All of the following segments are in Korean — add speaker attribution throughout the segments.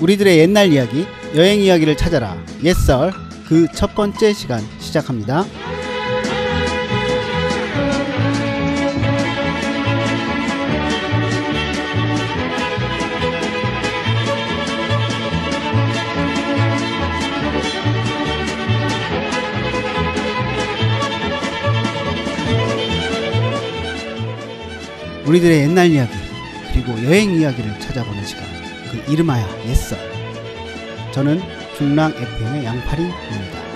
Speaker 1: 우리들의 옛날 이야기, 여행 이야기를 찾아라. 옛설 그 첫 번째 시간 시작합니다. 우리들의 옛날 이야기 그리고 여행 이야기를 찾아보는 시간 그 이름하여 옛설 저는 중랑 FM의 양파리입니다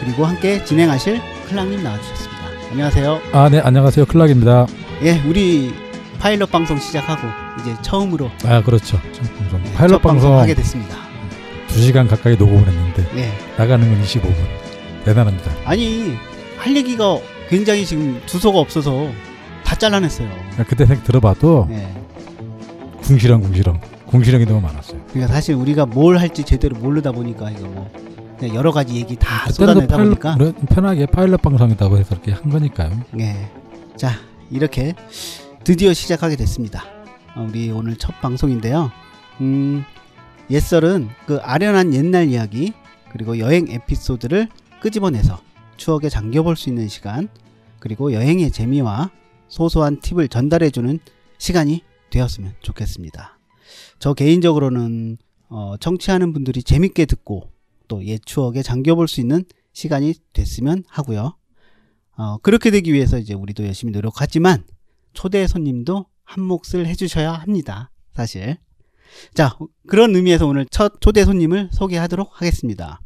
Speaker 1: 그리고 함께 진행하실 클랑님 나와주셨습니다 안녕하세요
Speaker 2: 아, 네, 안녕하세요. 클락입니다.
Speaker 1: 예 우리 파일럿 방송 시작하고 이제 처음으로
Speaker 2: 아, 그렇죠. 참, 좀
Speaker 1: 예, 첫 방송
Speaker 2: 파일럿 방송
Speaker 1: 하게 됐습니다
Speaker 2: 두시간 가까이 녹음을 했는데
Speaker 1: 예
Speaker 2: 나가는 건 25분. 대단합니다.
Speaker 1: 아니 할 얘기가 굉장히 지금 주소가 없어서 다 잘라냈어요
Speaker 2: 그때 생 들어봐도
Speaker 1: 예
Speaker 2: 궁시렁 궁시렁 궁시렁이 너무 많았어요.
Speaker 1: 그러니까 사실 우리가 뭘 할지 제대로 모르다 보니까 이거 뭐 그냥 여러 가지 얘기 다
Speaker 2: 그때는
Speaker 1: 쏟아내다
Speaker 2: 파일럿,
Speaker 1: 보니까
Speaker 2: 그래, 편하게 파일럿 방송이라고 해서 이렇게 한 거니까요.
Speaker 1: 예. 자, 이렇게 드디어 시작하게 됐습니다. 어, 우리 오늘 첫 방송인데요. 음, 옛설은 그 아련한 옛날 이야기, 그리고 여행 에피소드를 끄집어내서 추억에 잠겨볼 수 있는 시간, 그리고 여행의 재미와 소소한 팁을 전달해주는 시간이 되었으면 좋겠습니다. 저 개인적으로는 어, 청취하는 분들이 재밌게 듣고 또 옛 추억에 잠겨볼 수 있는 시간이 됐으면 하고요. 어, 그렇게 되기 위해서 이제 우리도 열심히 노력하지만 초대 손님도 한 몫을 해주셔야 합니다. 사실. 자, 그런 의미에서 오늘 첫 초대 손님을 소개하도록 하겠습니다.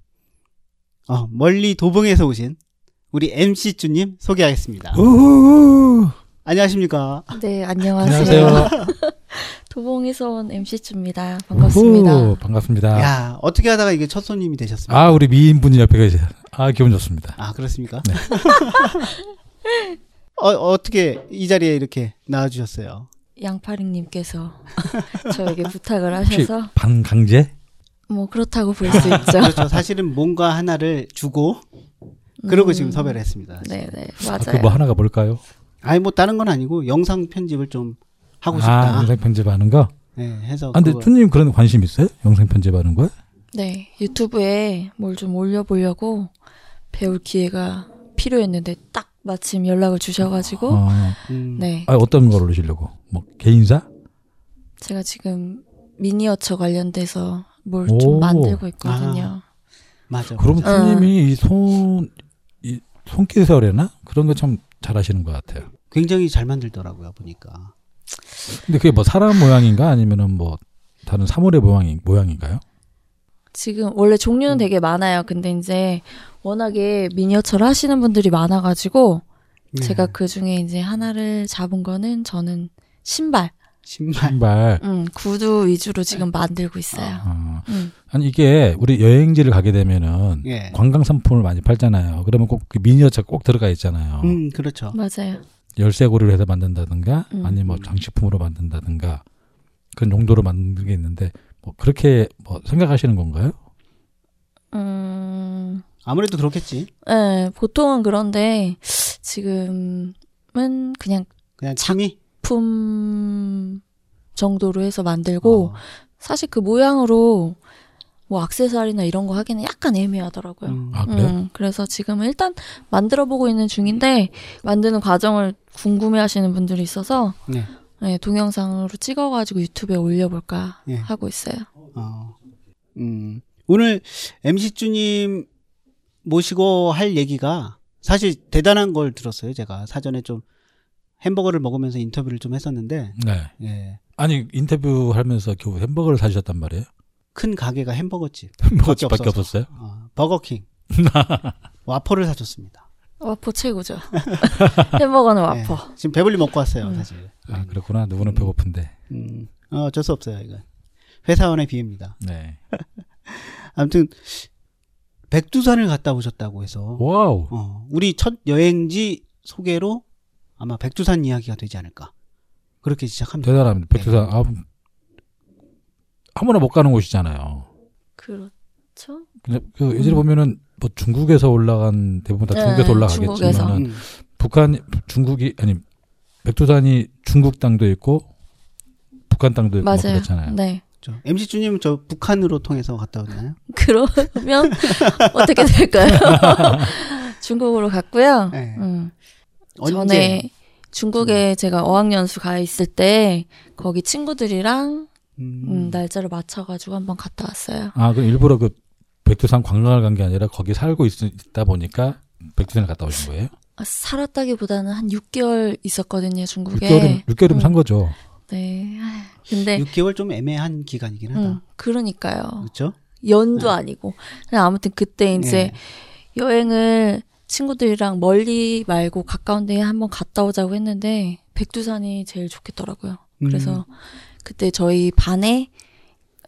Speaker 1: 어, 멀리 도봉에서 오신 우리 MC 주님 소개하겠습니다.
Speaker 2: 어? 우후.
Speaker 1: 안녕하십니까?
Speaker 3: 네, 안녕하세요.
Speaker 2: 안녕하세요.
Speaker 3: 도봉에서 온 MC주입니다. 반갑습니다.
Speaker 2: 우후, 반갑습니다.
Speaker 1: 야, 어떻게 하다가 이게 첫 손님이 되셨습니까?
Speaker 2: 아, 우리 미인분이 옆에 계세요. 아, 기분 좋습니다.
Speaker 1: 아, 그렇습니까?
Speaker 2: 네.
Speaker 1: 어, 어떻게 이 자리에 이렇게 나와주셨어요?
Speaker 3: 양파링님께서 저에게 부탁을
Speaker 2: 혹시
Speaker 3: 하셔서
Speaker 2: 반강제?
Speaker 3: 뭐 그렇다고 볼 수 있죠.
Speaker 1: 그렇죠. 사실은 뭔가 하나를 주고 그러고 지금 섭외를 했습니다.
Speaker 3: 네, 네,
Speaker 2: 아,
Speaker 3: 맞아요.
Speaker 2: 그뭐 하나가 뭘까요?
Speaker 1: 아니 뭐 다른 건 아니고 영상 편집을 좀 하고
Speaker 2: 아,
Speaker 1: 싶다.
Speaker 2: 영상 편집하는 거.
Speaker 1: 네, 해서
Speaker 2: 아, 근데
Speaker 1: 그거-
Speaker 2: 쭈님 그런 관심 있어요? 영상 편집하는 거에?
Speaker 3: 네, 유튜브에 뭘 좀 올려보려고 배울 기회가 필요했는데 딱 마침 연락을 주셔가지고
Speaker 2: 어.
Speaker 1: 음,
Speaker 3: 네,
Speaker 2: 아, 어떤 걸 올리시려고? 뭐 개인사?
Speaker 3: 제가 지금 미니어처 관련돼서 뭘
Speaker 2: 오.
Speaker 3: 좀 만들고 있거든요.
Speaker 1: 맞아.
Speaker 2: 그럼
Speaker 1: 맞아.
Speaker 3: 어.
Speaker 2: 손님이 이손이 손기설이나 그런 거 참 잘하시는 것 같아요.
Speaker 1: 굉장히 잘 만들더라고요 보니까.
Speaker 2: 근데 그게 뭐 사람 모양인가 아니면은 뭐 다른 사물의 모양인 모양인가요?
Speaker 3: 지금 원래 종류는
Speaker 1: 음.
Speaker 3: 되게 많아요. 근데 이제 워낙에 미니어처를 하시는 분들이 많아가지고
Speaker 1: 네.
Speaker 3: 제가 그 중에 이제 하나를 잡은 거는 저는 신발,
Speaker 1: 신발.
Speaker 2: 신발.
Speaker 3: 음, 구두 위주로 지금 만들고 있어요.
Speaker 2: 어.
Speaker 3: 음.
Speaker 2: 아니 이게 우리 여행지를 가게 되면은
Speaker 1: 예.
Speaker 2: 관광 상품을 많이 팔잖아요. 그러면 꼭그 미니어처 꼭 들어가 있잖아요.
Speaker 1: 음 그렇죠.
Speaker 3: 맞아요.
Speaker 2: 열쇠고리로 해서 만든다든가
Speaker 3: 음.
Speaker 2: 아니면 뭐 장식품으로 만든다든가 그런 용도로 만드는 게 있는데 뭐 그렇게 뭐 생각하시는 건가요?
Speaker 3: 음,
Speaker 1: 아무래도 그렇겠지.
Speaker 3: 예, 보통은 그런데 지금은 그냥
Speaker 1: 그냥
Speaker 3: 작-
Speaker 1: 취미.
Speaker 3: 품 정도로 해서 만들고
Speaker 1: 어,
Speaker 2: 아.
Speaker 3: 사실 그 모양으로 뭐 액세서리나 이런 거 하기는 약간 애매하더라고요.
Speaker 1: 음.
Speaker 2: 아 그래요?
Speaker 3: 음, 그래서 지금은 일단 만들어 보고 있는 중인데 만드는 과정을 궁금해 하시는 분들이 있어서
Speaker 1: 네.
Speaker 3: 네, 동영상으로 찍어 가지고 유튜브에 올려 볼까
Speaker 1: 예.
Speaker 3: 하고 있어요.
Speaker 1: 어. 음. 오늘 MC 주님 모시고 할 얘기가 사실 대단한 걸 들었어요. 제가 사전에 좀 햄버거를 먹으면서 인터뷰를 좀 했었는데
Speaker 2: 네.
Speaker 1: 예.
Speaker 2: 아니 인터뷰하면서 겨우 햄버거를 사주셨단 말이에요?
Speaker 1: 큰 가게가 햄버거집,
Speaker 2: 햄버거집밖에 없었어요?
Speaker 1: 어, 버거킹, 와퍼를 사줬습니다.
Speaker 3: 와퍼 최고죠. 햄버거는 와퍼.
Speaker 1: 예, 지금 배불리 먹고 왔어요,
Speaker 3: 음.
Speaker 1: 사실.
Speaker 2: 아 그렇구나. 누구는 배고픈데.
Speaker 1: 음, 어, 어쩔 수 없어요, 이건. 회사원의 비입니다.
Speaker 2: 네.
Speaker 1: 아무튼, 백두산을 갔다 오셨다고 해서,
Speaker 2: 와우.
Speaker 1: 어, 우리 첫 여행지 소개로 아마 백두산 이야기가 되지 않을까. 그렇게 시작합니다.
Speaker 2: 대단합니다. 백두산. 아, 아무나 못 가는 곳이잖아요.
Speaker 3: 그렇죠?
Speaker 2: 근데 그 예전에 보면은 뭐 중국에서 올라간 대부분 다 중국에서
Speaker 3: 네, 중국에서.
Speaker 2: 올라가겠지만
Speaker 1: 음,
Speaker 2: 북한 중국이 아니 백두산이 중국 땅도 있고 북한 땅도 있고 막
Speaker 3: 맞아요.
Speaker 2: 그렇잖아요.
Speaker 3: 네.
Speaker 1: 저 MC 주님 은저 북한으로 통해서 갔다 오나요?
Speaker 3: 그러면 어떻게 될까요? 중국으로 갔고요.
Speaker 1: 네.
Speaker 3: 음,
Speaker 1: 언제? 네.
Speaker 3: 전에 중국에 제가 어학연수 가 있을 때 거기 친구들이랑
Speaker 1: 음,
Speaker 3: 음, 날짜를 맞춰가지고 한번 갔다 왔어요.
Speaker 2: 아, 그 일부러 그 백두산 관광을 간 게 아니라 거기 살고 있, 다 보니까 백두산을 갔다 오신 거예요?
Speaker 3: 아, 살았다기보다는 한 6개월 있었거든요 중국에.
Speaker 2: 6개월이면, 6개월이면
Speaker 3: 음,
Speaker 2: 산 거죠.
Speaker 3: 네. 아휴, 근데
Speaker 1: 6개월 좀 애매한 기간이긴 하다.
Speaker 3: 음, 그러니까요.
Speaker 1: 그렇죠?
Speaker 3: 연도
Speaker 2: 네.
Speaker 3: 아니고. 그냥 아무튼 그때 이제 여행을 친구들이랑 멀리 말고 가까운 데에 한번 갔다 오자고 했는데 백두산이 제일 좋겠더라고요.
Speaker 2: 음.
Speaker 3: 그래서 그때 저희 반에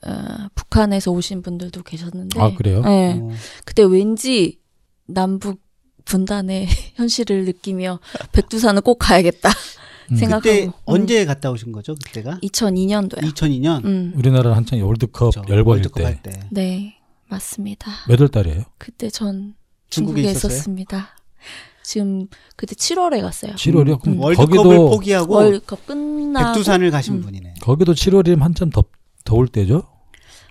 Speaker 3: 어, 북한에서 오신 분들도 계셨는데
Speaker 2: 아, 그래요?
Speaker 1: 네.
Speaker 3: 네.
Speaker 1: 어,
Speaker 3: 그때 왠지 남북 분단의 현실을 느끼며 백두산은 꼭 가야겠다
Speaker 2: 음.
Speaker 3: 생각하고
Speaker 1: 그때 언제 갔다 오신 거죠? 그때가
Speaker 3: 2002년도요.
Speaker 1: 2002년
Speaker 3: 음.
Speaker 2: 우리나라 한창 월드컵
Speaker 1: 그렇죠.
Speaker 2: 음. 열번일
Speaker 1: 월드컵
Speaker 2: 때.
Speaker 1: 할 때. 음,
Speaker 3: 네, 맞습니다.
Speaker 2: 몇 월 달이에요?
Speaker 3: 그때 전
Speaker 1: 중국에
Speaker 3: 중국에,
Speaker 1: 있었어요?
Speaker 3: 있었습니다. 지금 그때 7월에 갔어요.
Speaker 2: 7월이요? 그럼
Speaker 3: 음.
Speaker 1: 월드컵을
Speaker 2: 거기도
Speaker 1: 포기하고
Speaker 3: 월드컵 끝나고
Speaker 1: 백두산을 가신
Speaker 3: 음.
Speaker 1: 분이네.
Speaker 2: 거기도 7월이면 한참 덥, 더울 때죠?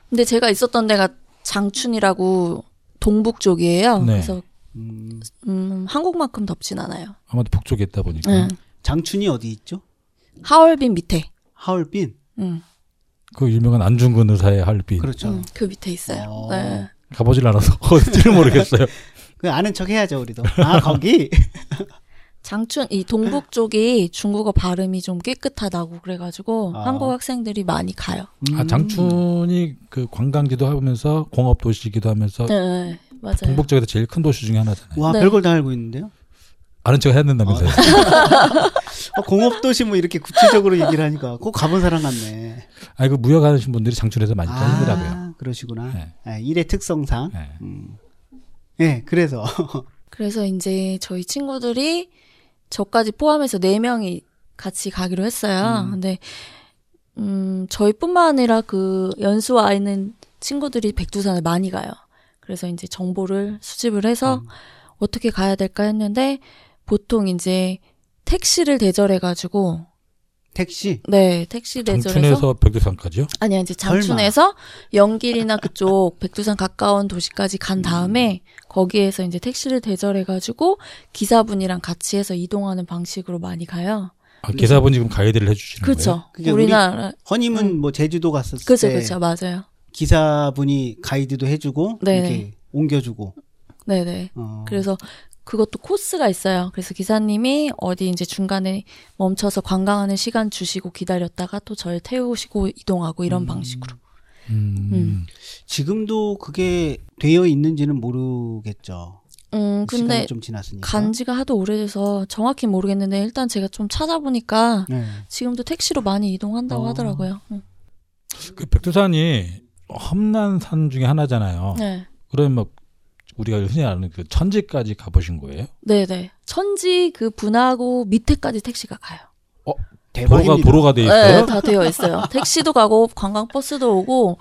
Speaker 3: 근데 제가 있었던 데가 장춘이라고 동북 쪽이에요.
Speaker 2: 네.
Speaker 3: 그래서
Speaker 1: 음,
Speaker 3: 음, 한국만큼 덥진 않아요.
Speaker 2: 아마도 북쪽에 있다 보니까.
Speaker 3: 응.
Speaker 1: 장춘이 어디 있죠?
Speaker 3: 하얼빈 밑에. 음,
Speaker 1: 하얼빈.
Speaker 3: 응.
Speaker 2: 그 유명한 안중근 의사의 할빈.
Speaker 1: 그렇죠.
Speaker 3: 응, 그 밑에 있어요.
Speaker 1: 어.
Speaker 3: 네.
Speaker 2: 가보질 않아서 어딘지를 모르겠어요.
Speaker 1: 그 아는 척 해야죠 우리도. 아 거기.
Speaker 3: 장춘 이 동북 쪽이 중국어 발음이 좀 깨끗하다고 그래가지고
Speaker 1: 아.
Speaker 3: 한국 학생들이 많이 가요.
Speaker 1: 음.
Speaker 2: 아, 장춘이 그 관광지도 하면서 공업 도시기도 하면서
Speaker 3: 네, 네, 맞아요.
Speaker 2: 어, 동북 쪽에서 제일 큰 도시 중에 하나잖아요.
Speaker 1: 와
Speaker 3: 네.
Speaker 1: 별걸 다 알고 있는데요.
Speaker 2: 아는 척 해야 된다면서요.
Speaker 1: 네. 어, 공업도시 뭐 이렇게 구체적으로 얘기를 하니까 꼭 가본 사람 같네.
Speaker 2: 아니 그 무역 하시는 분들이 장춘에서 많이 다니더라고요.
Speaker 1: 아, 그러시구나.
Speaker 2: 네.
Speaker 1: 아, 일의 특성상.
Speaker 2: 예.
Speaker 1: 음. 네, 그래서
Speaker 3: 그래서 이제 저희 친구들이 저까지 포함해서 네명이 같이 가기로 했어요.
Speaker 1: 음.
Speaker 3: 근데, 음, 저희뿐만 아니라 그 연수 와 있는 친구들이 백두산을 많이 가요. 그래서 이제 정보를 수집을 해서
Speaker 1: 음.
Speaker 3: 어떻게 가야 될까 했는데, 보통 이제 택시를 대절해가지고,
Speaker 1: 택시.
Speaker 3: 네, 택시 대절해서.
Speaker 2: 장춘에서 백두산까지요?
Speaker 3: 아니, 이제
Speaker 1: 설마.
Speaker 3: 장춘에서 영길이나 그쪽 백두산 가까운 도시까지 간 다음에 거기에서 이제 택시를 대절해가지고 기사분이랑 같이 해서 이동하는 방식으로 많이 가요.
Speaker 2: 아, 기사분 지금 가이드를 해주시는 거예요?
Speaker 3: 그렇죠.
Speaker 1: 그게
Speaker 3: 우리나라
Speaker 1: 허님은 뭐 제주도 갔을 때
Speaker 3: 음. 그렇죠, 그렇죠, 맞아요.
Speaker 1: 기사분이 가이드도 해주고
Speaker 3: 네.
Speaker 1: 이렇게 옮겨주고.
Speaker 3: 네네.
Speaker 1: 어.
Speaker 3: 그래서 그것도 코스가 있어요. 그래서 기사님이 어디 이제 중간에 멈춰서 관광하는 시간 주시고 기다렸다가 또 저를 태우시고 이동하고 이런 방식으로.
Speaker 2: 음.
Speaker 3: 음.
Speaker 1: 지금도 그게 되어 있는지는 모르겠죠.
Speaker 3: 음,
Speaker 1: 시간이
Speaker 3: 근데
Speaker 1: 좀 지났으니까.
Speaker 3: 간 지가 하도 오래돼서 정확히 모르겠는데 일단 제가 좀 찾아보니까
Speaker 1: 네.
Speaker 3: 지금도 택시로 많이 이동한다고
Speaker 1: 어.
Speaker 3: 하더라고요. 응.
Speaker 2: 그 백두산이 험난산 중에 하나잖아요.
Speaker 3: 네.
Speaker 2: 그러면 막 우리가 흔히 아는 그 천지까지 가보신 거예요?
Speaker 3: 네네. 천지 그 분하고 밑에까지 택시가 가요.
Speaker 1: 대박입니다.
Speaker 2: 도로가 도로가 돼 있어요?
Speaker 3: 네, 다 되어 있어요. 택시도 가고 관광버스도 오고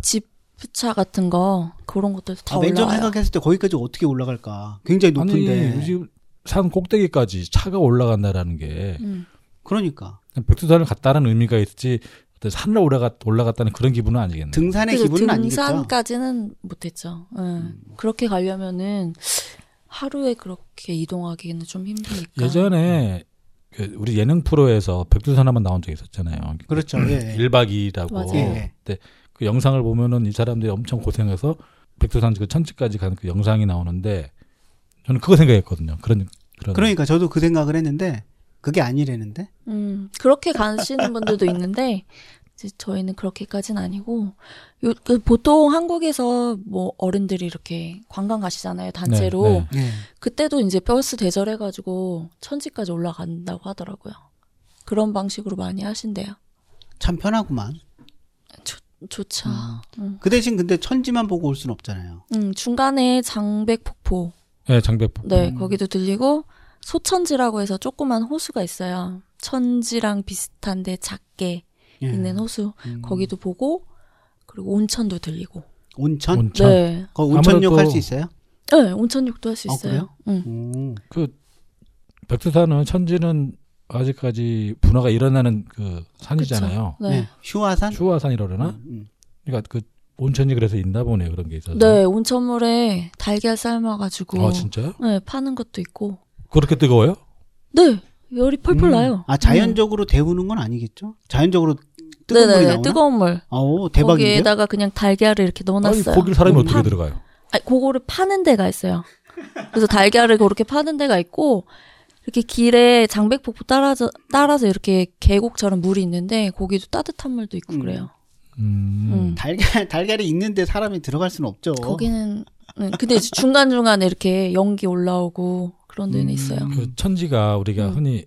Speaker 3: 집차 같은 거 그런 것들도 다
Speaker 1: 아, 맨 처음
Speaker 3: 올라와요.
Speaker 1: 생각했을 때 거기까지 어떻게 올라갈까? 굉장히 높은데.
Speaker 2: 아니 지금 산 꼭대기까지 차가 올라간다라는 게
Speaker 3: 음.
Speaker 1: 그러니까
Speaker 2: 백두산을 갔다라는 의미가 있지 어떤 산을 올라갔 올라갔다는 그런 기분은 아니겠네요.
Speaker 1: 등산의
Speaker 3: 그래서
Speaker 1: 기분은 아니겠죠. 음.
Speaker 3: 등산까지는 못했죠. 예. 그렇게 가려면은 하루에 그렇게 이동하기는 좀 힘드니까.
Speaker 2: 예전에 그 우리 예능 프로에서 백두산 한번 나온 적이 있었잖아요.
Speaker 1: 그렇죠. 예.
Speaker 2: 1박 음. 2일하고
Speaker 3: 맞아요.
Speaker 1: 예.
Speaker 2: 그 영상을 보면은 이 사람들이 엄청 고생해서 백두산 그 천지까지 가는 그 영상이 나오는데 저는 그거 생각했거든요. 그런 그런
Speaker 1: 그러니까 저도 그 생각을 했는데 그게 아니라는데.
Speaker 3: 음, 그렇게 가시는 분들도 있는데 이제 저희는 그렇게까지는 아니고 요, 그 보통 한국에서 뭐 어른들이 이렇게 관광 가시잖아요 단체로
Speaker 2: 네, 네.
Speaker 1: 예.
Speaker 3: 그때도 이제 버스 대절해가지고 천지까지 올라간다고 하더라고요. 그런 방식으로 많이 하신대요.
Speaker 1: 참 편하구만.
Speaker 3: 좋죠. 음.
Speaker 1: 그 대신 근데 천지만 보고 올 순 없잖아요.
Speaker 3: 음, 중간에 장백폭포,
Speaker 2: 네, 장백폭.
Speaker 3: 네, 거기도 들리고, 소천지라고 해서 조그만 호수가 있어요. 천지랑 비슷한데 작게
Speaker 1: 예.
Speaker 3: 있는 호수,
Speaker 1: 음.
Speaker 3: 거기도 보고, 그리고 온천도 들리고.
Speaker 1: 온천.
Speaker 2: 온천.
Speaker 3: 네.
Speaker 1: 거 온천욕
Speaker 2: 아무래도-
Speaker 1: 할 수 있어요?
Speaker 3: 네, 온천육도 할 수
Speaker 1: 아,
Speaker 3: 있어요.
Speaker 1: 그래요?
Speaker 3: 음.
Speaker 1: 오.
Speaker 2: 백두산은 천지는 아직까지 분화가 일어나는 그 산이잖아요.
Speaker 3: 네. 네.
Speaker 1: 예. 휴화산.
Speaker 2: 추화산이라 그러나?
Speaker 1: 음,
Speaker 2: 그러니까 그 온천이 그래서 있나 보네요. 그런 게 있어서.
Speaker 3: 온천물에 달걀 삶아가지고
Speaker 2: 아, 진짜요?
Speaker 3: 네 파는 것도 있고
Speaker 2: 그렇게 뜨거워요?
Speaker 3: 네 열이 펄펄
Speaker 1: 음.
Speaker 3: 나요.
Speaker 1: 아 자연적으로 데우는 건 아니겠죠? 자연적으로
Speaker 3: 음.
Speaker 1: 뜨거운 물이
Speaker 3: 네네네,
Speaker 1: 나오나?
Speaker 3: 뜨거운 물
Speaker 1: 아오 대박인데요.
Speaker 3: 거기에다가 그냥 달걀을 이렇게
Speaker 2: 아니,
Speaker 3: 넣어놨어요.
Speaker 2: 거길 사람이
Speaker 1: 음.
Speaker 2: 어떻게
Speaker 3: 파-
Speaker 2: 들어가요?
Speaker 3: 아니, 그거를 파는 데가 있어요. 그래서 달걀을 그렇게 파는 데가 있고, 이렇게 길에 장백폭포 따라서, 따라서 이렇게 계곡처럼 물이 있는데, 거기도 따뜻한 물도 있고
Speaker 1: 음.
Speaker 3: 그래요.
Speaker 2: 음.
Speaker 3: 음.
Speaker 1: 달걀 달걀이 있는데 사람이 들어갈 수는 없죠.
Speaker 3: 거기는, 네, 근데 이제 중간중간에 이렇게 연기 올라오고 그런 데는
Speaker 1: 음.
Speaker 3: 있어요.
Speaker 2: 그 천지가 우리가
Speaker 3: 음.
Speaker 2: 흔히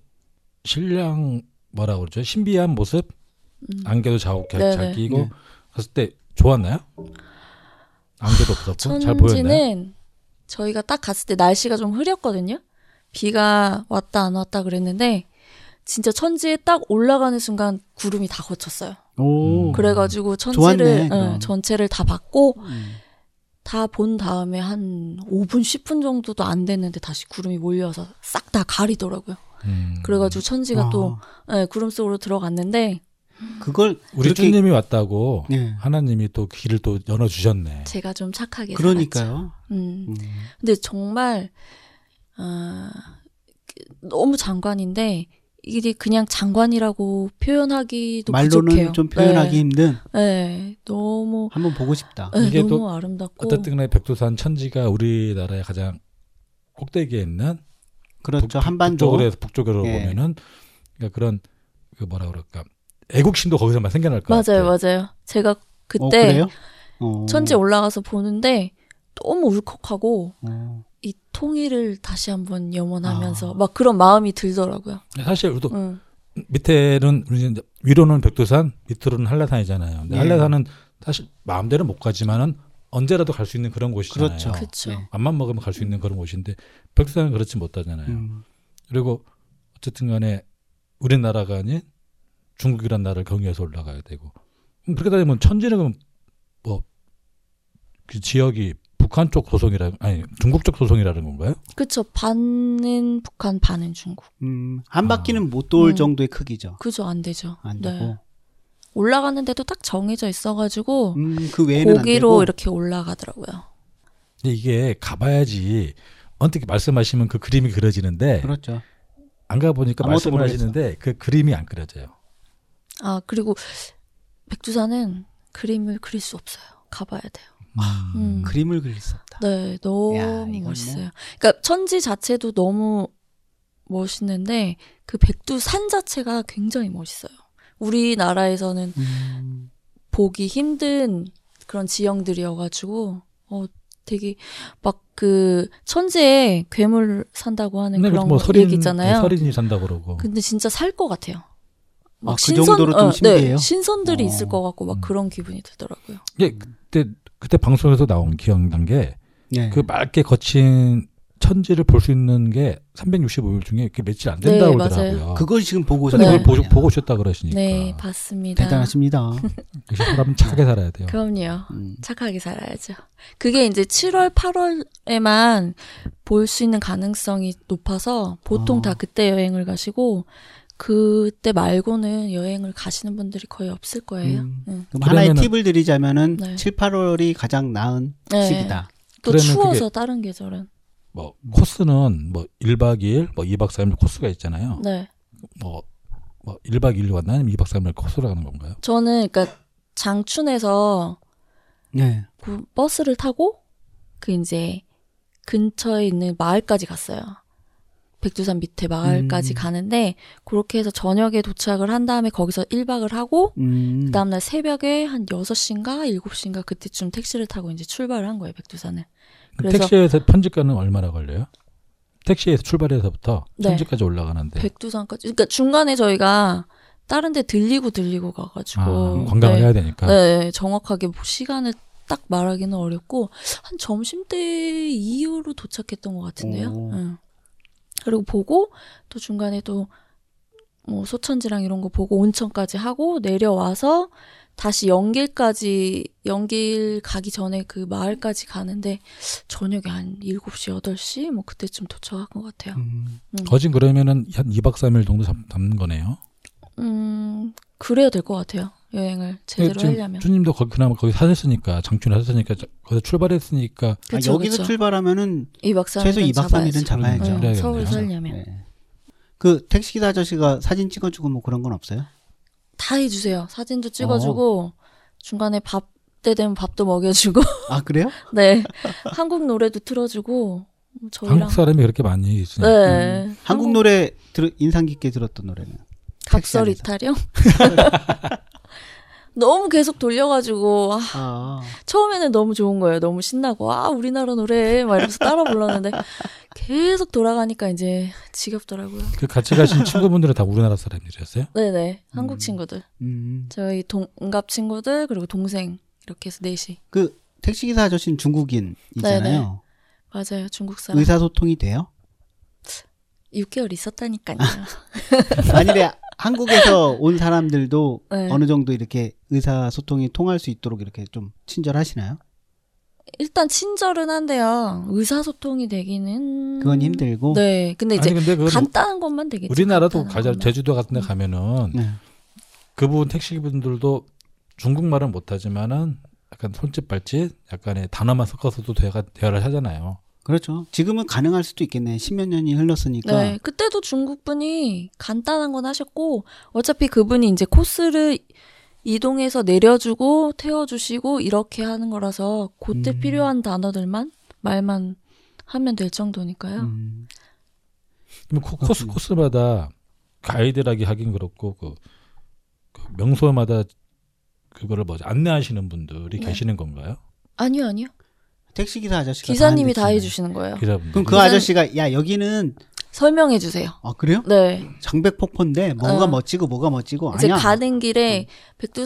Speaker 2: 신랑 뭐라 고 그러죠? 신비한 모습,
Speaker 3: 음.
Speaker 2: 안개도 자고
Speaker 3: 네네.
Speaker 2: 잘 끼고
Speaker 1: 네.
Speaker 2: 갔을 때 좋았나요? 안개도 없었고 잘 보였나요?
Speaker 3: 천지는 저희가 딱 갔을 때 날씨가 좀 흐렸거든요. 비가 왔다 안 왔다 그랬는데, 진짜 천지에 딱 올라가는 순간 구름이 다 걷혔어요.
Speaker 2: 음.
Speaker 1: 오.
Speaker 3: 그래가지고
Speaker 1: 좋았네,
Speaker 3: 천지를
Speaker 1: 그럼.
Speaker 3: 응, 전체를 다 봤고
Speaker 1: 음.
Speaker 3: 다 본 다음에 한 5분 10분 정도도 안 됐는데 다시 구름이 몰려서 싹 다 가리더라고요.
Speaker 2: 음.
Speaker 3: 그래가지고 천지가
Speaker 1: 아,
Speaker 3: 또 예, 구름 속으로 들어갔는데
Speaker 1: 그걸
Speaker 2: 우리
Speaker 1: 그렇게-
Speaker 2: 주님이 왔다고
Speaker 1: 네.
Speaker 2: 하나님이 또 길을 또 열어 주셨네.
Speaker 3: 제가 좀 착하게 살았죠.
Speaker 1: 그러니까요.
Speaker 3: 음.
Speaker 1: 음.
Speaker 3: 근데 정말 아, 그- 너무 장관인데 이게 그냥 장관이라고 표현하기도
Speaker 1: 말로는
Speaker 3: 부족해요.
Speaker 1: 좀 표현하기
Speaker 3: 네,
Speaker 1: 힘든
Speaker 3: 네, 너무
Speaker 1: 한번 보고 싶다.
Speaker 3: 네,
Speaker 2: 이게 또
Speaker 3: 너무 아름답고
Speaker 2: 어쨌든 간에 백두산 천지가 우리나라의 가장 꼭대기에 있는 북-
Speaker 1: 그렇죠. 한반도.
Speaker 2: 북쪽으로 해서 북쪽으로
Speaker 1: 예.
Speaker 2: 보면은 그러니까 그런 그 뭐라 그럴까 애국심도 거기서만 생겨날 것
Speaker 3: 맞아요,
Speaker 2: 같아요.
Speaker 3: 맞아요. 제가 그때
Speaker 1: 어, 그래요? 어.
Speaker 3: 천지 올라가서 보는데 너무 울컥하고
Speaker 1: 어.
Speaker 3: 이 통일을 다시 한번 염원하면서
Speaker 1: 아.
Speaker 3: 막 그런 마음이 들더라고요.
Speaker 2: 사실 우리도
Speaker 3: 응.
Speaker 2: 밑에는 우리 이제 위로는 백두산, 밑으로는 한라산이잖아요. 근데
Speaker 1: 예.
Speaker 2: 한라산은 사실 마음대로 못 가지만은 언제라도 갈 수 있는 그런 곳이잖아요.
Speaker 1: 그렇죠.
Speaker 3: 그쵸.
Speaker 1: 네.
Speaker 2: 맘만 먹으면 갈 수 있는 그런 곳인데 백두산은 그렇지 못하잖아요.
Speaker 1: 음.
Speaker 2: 그리고 어쨌든간에 우리나라가 아닌 중국이란 나라를 경유해서 올라가야 되고 그럼 그렇게 따지면 천지는 그럼 뭐그 그 지역이 북한 쪽 소송이라 아니 중국 쪽 소송이라는 건가요?
Speaker 3: 그쵸. 반은 북한, 반은 중국.
Speaker 1: 음, 한
Speaker 2: 아.
Speaker 1: 바퀴는 못 돌
Speaker 3: 음. 네.
Speaker 1: 정도의 크기죠.
Speaker 3: 그죠, 안 되죠.
Speaker 1: 안 되고.
Speaker 3: 올라가는데도 딱 정해져 있어가지고
Speaker 1: 음, 그 외에는 안
Speaker 3: 고기로
Speaker 1: 되고.
Speaker 3: 이렇게 올라가더라고요.
Speaker 2: 근데 이게 가봐야지 언뜻 말씀하시면 그 그림이 그려지는데
Speaker 1: 그렇죠.
Speaker 2: 안 가보니까
Speaker 1: 아무것도
Speaker 2: 말씀을 하시는데 그 그림이 안 그려져요.
Speaker 3: 아 그리고 백두산은 그림을 그릴 수 없어요. 가봐야 돼요. 음.
Speaker 1: 그림을 그릴 수 없다.
Speaker 3: 네, 너무
Speaker 1: 야, 이건 뭐.
Speaker 3: 멋있어요. 그러니까 천지 자체도 너무 멋있는데 그 백두산 자체가 굉장히 멋있어요. 우리나라에서는
Speaker 1: 음.
Speaker 3: 보기 힘든 그런 지형들이어가지고 어 되게 막 그 천지에 괴물 산다고 하는
Speaker 2: 네,
Speaker 3: 그런
Speaker 2: 뭐
Speaker 3: 거
Speaker 2: 서린,
Speaker 3: 얘기 있잖아요.
Speaker 2: 네, 서린이 산다 그러고.
Speaker 3: 근데 진짜 살 것 같아요.
Speaker 1: 아, 그 정도로 좀
Speaker 3: 어,
Speaker 1: 신기해요?
Speaker 3: 네, 신선들이
Speaker 1: 어.
Speaker 3: 있을 것 같고 막
Speaker 2: 음.
Speaker 3: 그런 기분이 들더라고요.
Speaker 2: 예, 그때 그때 방송에서 나온 기억난 게 그
Speaker 1: 네.
Speaker 2: 맑게 거친 천지를 볼 수 있는 게 365일 중에 이렇게 며칠 안 된다
Speaker 3: 네,
Speaker 2: 그러더라고요.
Speaker 1: 그걸 지금 보고
Speaker 2: 근데
Speaker 1: 오셨다는
Speaker 2: 그걸 보고,
Speaker 1: 거냐.
Speaker 2: 보고 오셨다 그러시니까.
Speaker 3: 네, 봤습니다.
Speaker 1: 대단하십니다.
Speaker 3: 네.
Speaker 2: 역시 사람은 착하게 살아야 돼요.
Speaker 3: 그럼요.
Speaker 1: 음.
Speaker 3: 착하게 살아야죠. 그게 이제 7월, 8월에만 볼 수 있는 가능성이 높아서 보통
Speaker 1: 어.
Speaker 3: 다 그때 여행을 가시고 그때 말고는 여행을 가시는 분들이 거의 없을 거예요.
Speaker 1: 음.
Speaker 3: 응.
Speaker 1: 그럼 하나의
Speaker 2: 그러면은-
Speaker 1: 팁을 드리자면은
Speaker 3: 네.
Speaker 1: 7, 8월이 가장 나은
Speaker 3: 네.
Speaker 1: 시기다.
Speaker 3: 또
Speaker 2: 그러면
Speaker 3: 추워서 다른 계절은.
Speaker 2: 뭐 코스는 뭐 1박 2일, 뭐 2박 3일 코스가 있잖아요.
Speaker 3: 네.
Speaker 2: 뭐, 뭐 1박 2일로 갔나 아니면 2박 3일 코스로 가는 건가요?
Speaker 3: 저는 그러니까 장춘에서
Speaker 1: 네.
Speaker 3: 그 버스를 타고 그 이제 근처에 있는 마을까지 갔어요. 백두산 밑에 마을까지
Speaker 1: 음.
Speaker 3: 가는데 그렇게 해서 저녁에 도착을 한 다음에 거기서 1박을 하고
Speaker 1: 음.
Speaker 3: 그 다음날 새벽에 한 6시인가 7시인가 그때쯤 택시를 타고 이제 출발을 한 거예요, 백두산을. 그래서
Speaker 2: 택시에서 편집가는 얼마나 걸려요? 택시에서 출발해서부터
Speaker 3: 네.
Speaker 2: 편집까지 올라가는데
Speaker 3: 백두산까지. 그러니까 중간에 저희가 다른 데 들리고 들리고 가가지고.
Speaker 2: 아, 관광을
Speaker 3: 네.
Speaker 2: 해야
Speaker 1: 아.
Speaker 2: 되니까
Speaker 3: 네, 정확하게 뭐 시간을 딱 말하기는 어렵고 한 점심때 이후로 도착했던 것 같은데요.
Speaker 1: 오.
Speaker 3: 응. 그리고 보고 또 중간에 또 뭐 소천지랑 이런 거 보고 온천까지 하고 내려와서 다시 연길까지 연길 가기 전에 그 마을까지 가는데 저녁에 한 7시 8시 뭐 그때쯤 도착한 것 같아요.
Speaker 1: 음,
Speaker 2: 거진 그러면은 한 2박 3일 정도 잡, 잡는 거네요.
Speaker 3: 음 그래야 될 것 같아요. 여행을 제대로
Speaker 1: 네,
Speaker 2: 지금
Speaker 1: 아,
Speaker 3: 하려면.
Speaker 2: 주님도 거기 그나마 거기 사셨으니까 장춘 하셨으니까 저- 거기서 출발했으니까
Speaker 1: 아,
Speaker 3: 그쵸,
Speaker 1: 여기서
Speaker 3: 그쵸.
Speaker 1: 출발하면은
Speaker 3: 2박 3일
Speaker 1: 최소 2박 3일은
Speaker 2: 잡아야죠.
Speaker 1: 잡아야죠.
Speaker 2: 음. 그래야
Speaker 3: 서울
Speaker 2: 되네요.
Speaker 3: 살려면
Speaker 1: 네. 그 택시 기사 아저씨가 사진 찍어주고 뭐 그런 건 없어요?
Speaker 3: 다 해주세요. 사진도 찍어주고 중간에 밥 때 되면 밥도 먹여주고
Speaker 1: 아 그래요?
Speaker 3: 네 한국 노래도 틀어주고 저희랑
Speaker 2: 한국 사람이 그렇게 많이 있으니까
Speaker 3: 네
Speaker 1: 음. 한국 노래 들, 인상 깊게 들었던 노래는
Speaker 3: 각설
Speaker 1: 택시
Speaker 3: 이탈형 너무 계속 돌려가지고 아,
Speaker 1: 아,
Speaker 3: 처음에는 너무 좋은 거예요. 너무 신나고 아 우리나라 노래 막 이러면서 따라 불렀는데 계속 돌아가니까 이제 지겹더라고요.
Speaker 2: 그 같이 가신 친구분들은 다 우리나라 사람들이었어요.
Speaker 3: 네네 한국
Speaker 1: 음.
Speaker 3: 친구들
Speaker 1: 음.
Speaker 3: 저희 동갑 친구들 그리고 동생 이렇게 해서 넷이
Speaker 1: 그 택시 기사 아저씨는
Speaker 3: 네,
Speaker 1: 중국인이잖아요.
Speaker 3: 맞아요 중국 사람
Speaker 1: 의사소통이 돼요?
Speaker 3: 6개월 있었다니까요.
Speaker 1: 아니래 한국에서 온 사람들도
Speaker 3: 네.
Speaker 1: 어느 정도 이렇게 의사소통이 통할 수 있도록 이렇게 좀 친절하시나요?
Speaker 3: 일단 친절은 한데요. 의사소통이 되기는
Speaker 1: 그건 힘들고.
Speaker 3: 네. 근데 이제
Speaker 2: 아니 근데 그
Speaker 3: 간단한 음. 것만 되겠죠.
Speaker 2: 우리나라도
Speaker 3: 간단한
Speaker 2: 가자
Speaker 3: 것만.
Speaker 2: 제주도 같은 데 가면은
Speaker 1: 네.
Speaker 2: 그분 택시분들도 중국말은 못하지만은 약간 손짓 발짓 약간의 단어만 섞어서도 대화가 대화를 하잖아요.
Speaker 1: 그렇죠. 지금은 가능할 수도 있겠네. 십몇 년이 흘렀으니까.
Speaker 3: 네. 그때도 중국 분이 간단한 건 하셨고 어차피 그분이 이제 코스를 이동해서 내려주고 태워주시고 이렇게 하는 거라서 그때
Speaker 1: 음.
Speaker 3: 필요한 단어들만 말만 하면 될 정도니까요.
Speaker 1: 음.
Speaker 2: 그럼 뭐 코, 코스
Speaker 1: 아, 그렇군요.
Speaker 2: 코스마다 가이드라기 하긴 그렇고 그, 그 명소마다 그거를 뭐지 안내하시는 분들이
Speaker 3: 네.
Speaker 2: 계시는 건가요?
Speaker 3: 아니요, 아니요.
Speaker 1: 택시 기사 아저씨가
Speaker 3: 기사님이 다
Speaker 1: 하는데
Speaker 3: 해주시는 거예요.
Speaker 2: 기사분들.
Speaker 1: 그럼 그
Speaker 3: 기사님-
Speaker 1: 아저씨가 야 여기는
Speaker 3: 설명해 주세요.
Speaker 1: 아 그래요?
Speaker 3: 네.
Speaker 1: 장백폭포인데 뭐가
Speaker 3: 어.
Speaker 1: 멋지고 뭐가 멋지고
Speaker 3: 이제
Speaker 1: 아니야. 어.
Speaker 3: 가는 길에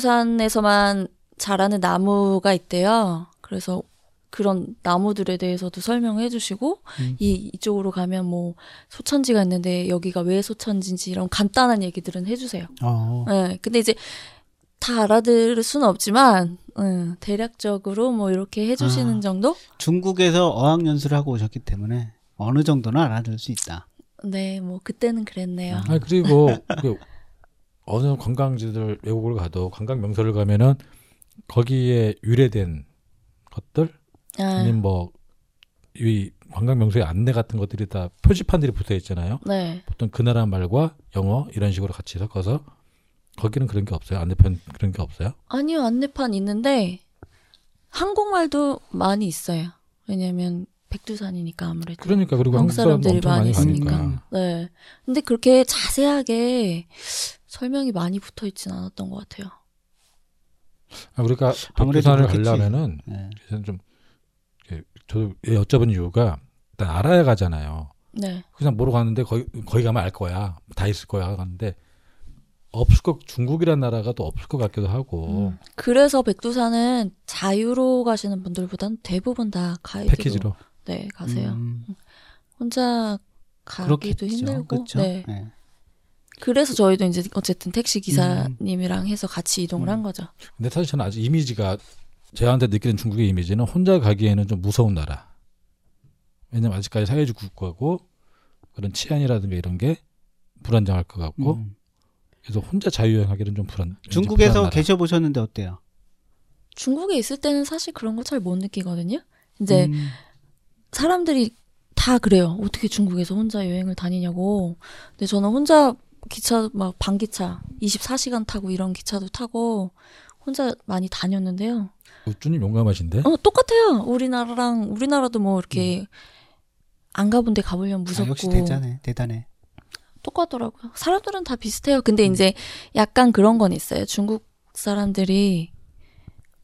Speaker 3: 백두산에서만 자라는 나무가 있대요. 그래서 그런 나무들에 대해서도 설명해 주시고
Speaker 1: 음.
Speaker 3: 이 이쪽으로 가면 뭐 소천지가 있는데 여기가 왜 소천지인지 이런 간단한 얘기들은 해 주세요.
Speaker 1: 어.
Speaker 3: 예. 근데 이제 다 알아들을 수는 없지만 예, 대략적으로 뭐 이렇게 해 주시는
Speaker 1: 아.
Speaker 3: 정도?
Speaker 1: 중국에서 어학 연수를 하고 오셨기 때문에 어느 정도는 알아들 수 있다.
Speaker 3: 네, 뭐 그때는 그랬네요.
Speaker 2: 아 그리고 그 어느 관광지들 외국을 가도 관광 명소를 가면은 거기에 유래된 것들
Speaker 1: 네.
Speaker 3: 아,
Speaker 2: 아니면 뭐 이 관광 명소의 안내 같은 것들이 다 표지판들이 붙어 있잖아요.
Speaker 3: 네.
Speaker 2: 보통 그 나라 말과 영어 이런 식으로 같이 섞어서 거기는 그런 게 없어요. 안내편 그런 게 없어요.
Speaker 3: 아니요, 안내판 있는데 한국말도 많이 있어요. 왜냐면 백두산이니까 아무래도.
Speaker 2: 그러니까 그리고
Speaker 3: 한국
Speaker 2: 한국 사람도
Speaker 3: 사람들이
Speaker 2: 엄청 많이
Speaker 3: 많이
Speaker 2: 가니까.
Speaker 1: 있으니까.
Speaker 3: 네. 근데 그렇게 자세하게 설명이 많이 붙어 있진 않았던 것 같아요.
Speaker 2: 아, 우리가
Speaker 1: 아무래도
Speaker 2: 백두산을
Speaker 1: 그렇겠지.
Speaker 2: 가려면은
Speaker 1: 네.
Speaker 2: 그래서 좀 이렇게 저도 예, 여쭤본 이유가 일단 알아야 가잖아요.
Speaker 3: 네.
Speaker 2: 그냥 모르고 갔는데 거기 거기 가면 알 거야. 다 있을 거야. 갔는데 없을 것 중국이라는 나라가 또 없을 것 같기도 하고
Speaker 3: 음. 그래서 백두산은 자유로 가시는 분들보다는 대부분 다 가이드로
Speaker 2: 패키지로
Speaker 3: 네 가세요.
Speaker 1: 음,
Speaker 3: 혼자 가기도
Speaker 1: 그렇겠죠.
Speaker 3: 힘들고.
Speaker 1: 그렇죠.
Speaker 3: 네.
Speaker 1: 네.
Speaker 3: 그래서 저희도 이제 어쨌든 택시
Speaker 1: 음.
Speaker 3: 기사님이랑 해서 같이 이동을 한 거죠.
Speaker 2: 근데 사실 저는 아직 이미지가 제한테 느끼는 중국의 이미지는 혼자 가기에는 좀 무서운 나라. 왜냐면 아직까지 사회주의 국가고 그런 치안이라든가 이런 게 불안정할 것 같고
Speaker 1: 음.
Speaker 2: 그래서 혼자 자유여행하기는 좀 불안. 왠지 불안한
Speaker 1: 중국에서
Speaker 2: 나라.
Speaker 1: 계셔 보셨는데 어때요?
Speaker 3: 중국에 있을 때는 사실 그런 거 잘 못 느끼거든요. 이제
Speaker 1: 음.
Speaker 3: 사람들이 다 그래요. 어떻게 중국에서 혼자 여행을 다니냐고. 근데 저는 혼자 기차 막 반기차 24시간 타고 이런 기차도 타고 혼자 많이 다녔는데요.
Speaker 2: 우쭈님 용감하신데.
Speaker 3: 어 똑같아요. 우리나라랑 우리나라도 뭐 이렇게 안 가본 데
Speaker 1: 음.
Speaker 3: 가보려면
Speaker 1: 아,
Speaker 3: 무섭고
Speaker 1: 역시 대단해, 대단해.
Speaker 3: 똑같더라고요. 사람들은 다 비슷해요. 근데 이제 약간 그런 건 있어요. 중국 사람들이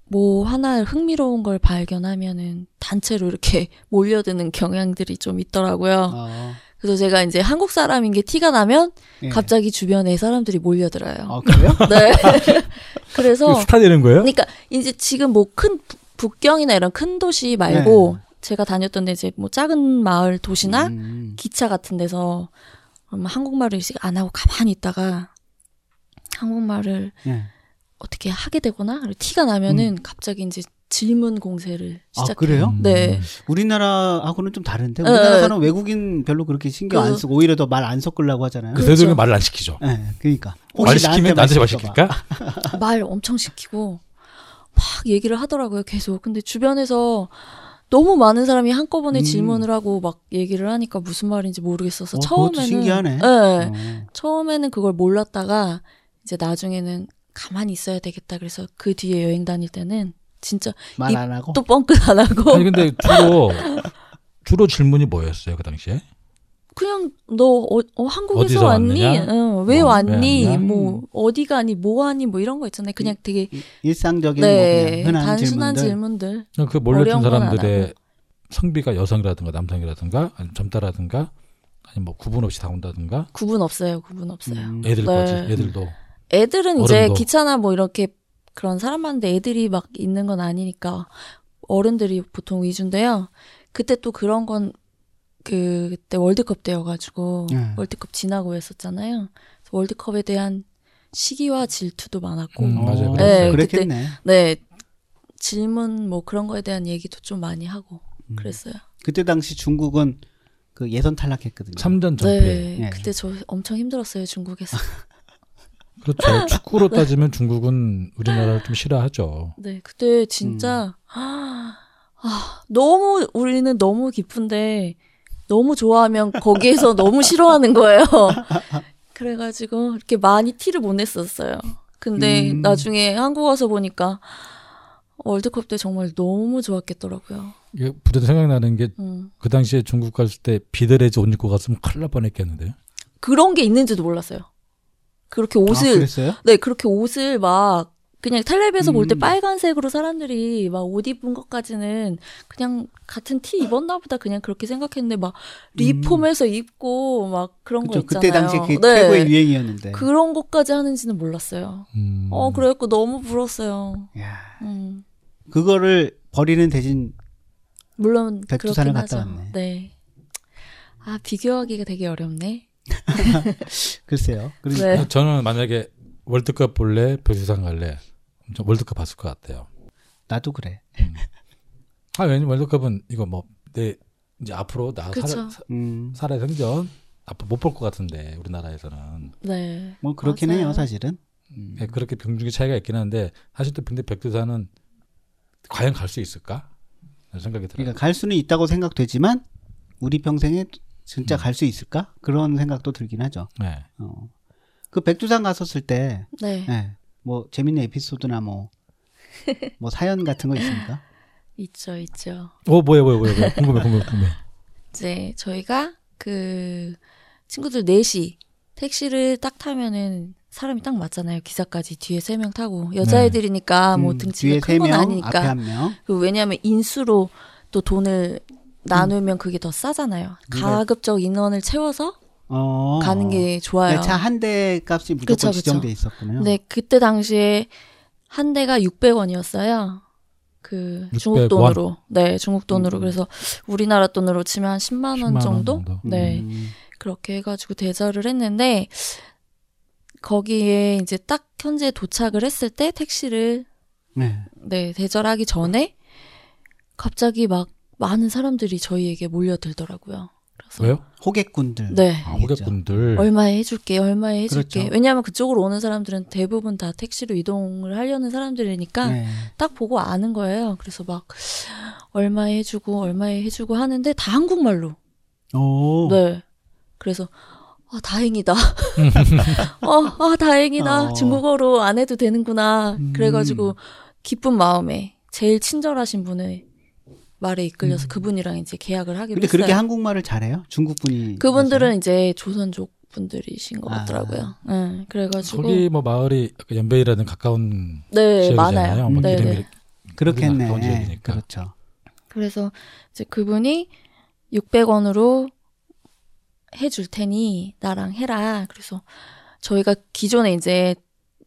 Speaker 3: 뭐 하나 흥미로운 걸 발견하면은 단체로 이렇게 몰려드는 경향들이 좀 있더라고요.
Speaker 1: 어,
Speaker 3: 그래서 제가 이제 한국 사람인 게 티가 나면
Speaker 1: 예.
Speaker 3: 갑자기 주변에 사람들이 몰려들어요.
Speaker 1: 아, 그래요?
Speaker 3: 네. 그래서
Speaker 2: 스타 되는 거예요?
Speaker 3: 그러니까 이제 지금 뭐 큰 북경이나 이런 큰 도시 말고 제가 다녔던 데 이제 뭐 작은 마을 도시나
Speaker 1: 네. 음.
Speaker 3: 기차 같은 데서 음, 그럼 한국말을 안 하고 가만히 있다가 한국말을
Speaker 1: 예.
Speaker 3: 어떻게 하게 되거나 그리고 티가 나면은 갑자기 이제 질문 공세를
Speaker 1: 음. 아,
Speaker 3: 시작해요.
Speaker 1: 그래요?
Speaker 2: 음.
Speaker 3: 네.
Speaker 1: 우리나라하고는 좀 다른데
Speaker 3: 에,
Speaker 1: 우리나라
Speaker 3: 에.
Speaker 1: 사람 외국인 별로 그렇게 신경 안
Speaker 3: 그-
Speaker 1: 쓰고 오히려 더 말 안 섞으려고 하잖아요.
Speaker 2: 그
Speaker 3: 그렇죠.
Speaker 2: 대중이 말을 안 시키죠.
Speaker 1: 예, 그러니까
Speaker 2: 말 시키면 나한테 말
Speaker 1: 시킬까 봐.
Speaker 2: 시킬까?
Speaker 3: 말 엄청 시키고 막 얘기를 하더라고요. 계속. 근데 주변에서 너무 많은 사람이 한꺼번에
Speaker 1: 음.
Speaker 3: 질문을 하고 막 얘기를 하니까 무슨 말인지 모르겠어서
Speaker 1: 어, 그것도
Speaker 3: 처음에는
Speaker 1: 신기하네.
Speaker 3: 네.
Speaker 1: 어.
Speaker 3: 처음에는 그걸 몰랐다가 이제 나중에는 가만히 있어야 되겠다 그래서 그 뒤에 여행 다닐 때는 진짜
Speaker 1: 말 안 하고
Speaker 3: 또 뻥끗 안 하고
Speaker 1: 그
Speaker 2: 아니 근데 주로 주로 질문이 뭐였어요 그 당시에?
Speaker 3: 그냥 너 어, 어, 한국에서
Speaker 2: 어디서
Speaker 3: 왔니?
Speaker 2: 왔느냐?
Speaker 3: 응, 왜
Speaker 2: 어, 왜
Speaker 3: 왔니?
Speaker 2: 왔냐?
Speaker 1: 음.
Speaker 3: 뭐 어디 가니? 뭐 하니? 뭐 이런 거 있잖아요. 그냥 되게
Speaker 1: 일상적인 뭐
Speaker 3: 네
Speaker 1: 음. 그냥 흔한
Speaker 3: 단순한
Speaker 1: 질문들.
Speaker 3: 질문들.
Speaker 2: 그 몰려든
Speaker 3: 어려운 건안 하고.
Speaker 2: 사람들의 성비가 여성이라든가 남성이라든가 아니면 젊다라든가 아니면 뭐 구분 없이 다 온다든가
Speaker 3: 구분 없어요. 구분 없어요.
Speaker 1: 음.
Speaker 2: 애들까지
Speaker 3: 네.
Speaker 2: 애들도
Speaker 3: 애들은 이제
Speaker 2: 어른도.
Speaker 3: 기차나 뭐 이렇게 그런 사람 많은데 애들이 막 있는 건 아니니까 어른들이 보통 위주인데요. 그때 또 그런 건 그, 그때 월드컵 때여가지고
Speaker 1: 네.
Speaker 3: 월드컵 지나고 했었잖아요. 그래서 월드컵에 대한 시기와 질투도 많았고,
Speaker 2: 음, 맞아요.
Speaker 1: 어,
Speaker 2: 네,
Speaker 1: 그랬겠네.
Speaker 3: 네 질문 뭐 그런 거에 대한 얘기도 좀 많이 하고
Speaker 2: 음.
Speaker 3: 그랬어요.
Speaker 1: 그때 당시 중국은 그 예선 탈락했거든요.
Speaker 2: 3전 전패
Speaker 3: 네,
Speaker 1: 예.
Speaker 3: 그때 저 엄청 힘들었어요 중국에서.
Speaker 2: 그렇죠 축구로 따지면 중국은 우리나라를 좀 싫어하죠
Speaker 3: 네, 그때 진짜
Speaker 1: 음.
Speaker 3: 아, 너무 우리는 너무 기쁜데 너무 좋아하면 거기에서 너무 싫어하는 거예요. 그래가지고 이렇게 많이 티를 못 냈었어요. 근데
Speaker 1: 음.
Speaker 3: 나중에 한국 와서 보니까 월드컵 때 정말 너무 좋았겠더라고요.
Speaker 2: 이게 부대 생각나는 게 그
Speaker 3: 음.
Speaker 2: 당시에 중국 갔을 때 비데레즈 옷 입고 갔으면 큰일 날 뻔했겠는데요
Speaker 3: 그런 게 있는지도 몰랐어요. 그렇게
Speaker 1: 아,
Speaker 3: 옷을
Speaker 1: 그랬어요?
Speaker 3: 네, 그렇게 옷을 막 그냥 텔레비에서 볼 때
Speaker 1: 음.
Speaker 3: 빨간색으로 사람들이 막 옷 입은 것까지는 그냥 같은 티 입었나 보다 그냥 그렇게 생각했는데 막 리폼해서 입고 막 그런
Speaker 1: 음. 그쵸.
Speaker 3: 거
Speaker 1: 그때
Speaker 3: 있잖아요. 네.
Speaker 1: 당시 그게 최고의 유행이었는데.
Speaker 3: 그런 것까지 하는지는 몰랐어요.
Speaker 2: 음,
Speaker 3: 어, 그래갖고 너무 부러웠어요.
Speaker 1: 야,
Speaker 3: 음.
Speaker 1: 그거를 버리는 대신
Speaker 3: 물론
Speaker 1: 백두산을
Speaker 3: 그렇긴
Speaker 1: 갔다
Speaker 3: 하죠.
Speaker 1: 왔네.
Speaker 3: 네. 아, 비교하기가 되게 어렵네.
Speaker 1: 글쎄요. 그러니까
Speaker 3: 네.
Speaker 2: 저는 만약에 월드컵 볼래 백두산 갈래 엄청 월드컵 봤을 것 같아요 음.
Speaker 1: 나도 그래.
Speaker 2: 아 왜냐면 월드컵은 이거 뭐 내 이제 앞으로 나 살아,
Speaker 3: 그쵸.
Speaker 1: 음,
Speaker 2: 살아 생전 앞으로 못 볼 것 같은데 우리나라에서는
Speaker 3: 네.
Speaker 1: 뭐 그렇긴
Speaker 3: 맞아요.
Speaker 1: 해요, 사실은. 음.
Speaker 2: 예, 그렇게 병중의 차이가 있긴 한데 사실 또 근데 백두산은 과연 갈 수 있을까? 이런 생각이 들어요.
Speaker 1: 그러니까 갈 수는 있다고 생각되지만 우리 평생에 진짜
Speaker 2: 음.
Speaker 1: 갈 수 있을까? 그런 생각도 들긴 하죠.
Speaker 2: 네.
Speaker 1: 어. 그 백두산 갔었을 때,
Speaker 3: 네.
Speaker 1: 예, 뭐 재밌는 에피소드나 뭐, 뭐 사연 같은 거 있습니까?
Speaker 3: 있죠, 있죠.
Speaker 2: 어 뭐야 뭐야 뭐야 뭐야. 궁금해 궁금해 궁금해.
Speaker 3: 이제 저희가 그 친구들 넷이 택시를 딱 타면은 사람이 딱 맞잖아요. 기사까지 뒤에 세 명 타고 여자애들이니까 뭐
Speaker 1: 네. 음,
Speaker 3: 등치가
Speaker 1: 뒤에
Speaker 3: 큰 건
Speaker 1: 3명, 앞에
Speaker 3: 아니니까.
Speaker 1: 한 음. 명.
Speaker 3: 그리고 왜냐하면 인수로 또 돈을 나누면 그게 더 싸잖아요.
Speaker 1: 누가-
Speaker 3: 가급적 인원을 채워서
Speaker 1: 네. 어.
Speaker 3: 가는 게 좋아요.
Speaker 1: 차한 대 값이 무조건
Speaker 3: 그쵸, 네, 그쵸.
Speaker 1: 지정돼 있었군요.
Speaker 3: 근데 그때 당시에 한 대가 600원이었어요. 그
Speaker 2: 600
Speaker 3: 중국
Speaker 2: 원?
Speaker 3: 돈으로. 네, 중국 돈으로.
Speaker 1: 음.
Speaker 3: 그래서 우리나라 돈으로 치면 한 10만
Speaker 2: 10만
Speaker 3: 원 정도?
Speaker 1: 음,
Speaker 3: 네. 그렇게 해가지고 대절을 했는데 거기에 이제 딱 현재 도착을 했을 때 택시를
Speaker 1: 네.
Speaker 3: 네 대절하기 전에 갑자기 막 많은 사람들이 저희에게 몰려들더라고요. 그래서
Speaker 2: 왜요?
Speaker 1: 호객꾼들.
Speaker 3: 네.
Speaker 2: 아, 호객분들.
Speaker 3: 얼마에 해줄게, 얼마에 해줄게.
Speaker 1: 그렇죠.
Speaker 3: 왜냐하면 그쪽으로 오는 사람들은 대부분 다 택시로 이동을 하려는 사람들이니까
Speaker 1: 네.
Speaker 3: 딱 보고 아는 거예요. 그래서 막 얼마에 해주고, 얼마에 해주고 하는데 다 한국말로.
Speaker 1: 오.
Speaker 3: 네. 그래서 아 다행이다. 어, 아 다행이다.
Speaker 1: 어.
Speaker 3: 중국어로 안 해도 되는구나.
Speaker 1: 음.
Speaker 3: 그래가지고 기쁜 마음에 제일 친절하신 분의 말에 이끌려서 그분이랑 이제 계약을
Speaker 1: 음.
Speaker 3: 하기로
Speaker 1: 근데
Speaker 3: 했어요.
Speaker 1: 그렇게 한국말을 잘해요? 중국분이.
Speaker 3: 그분들은 이제 조선족 분들이신 것
Speaker 1: 아.
Speaker 3: 같더라고요. 네, 그래가지고
Speaker 2: 거기 뭐 마을이 약간 연배이라든 가까운
Speaker 3: 네 많아요.
Speaker 2: 지역이잖아요. 막
Speaker 1: 네,
Speaker 2: 이름이
Speaker 3: 네.
Speaker 1: 하세요? 그렇겠네.
Speaker 2: 가까운 지역이니까.
Speaker 1: 그렇죠.
Speaker 3: 그래서 이제 그분이 600원으로 해줄 테니 나랑 해라. 그래서 저희가 기존에 이제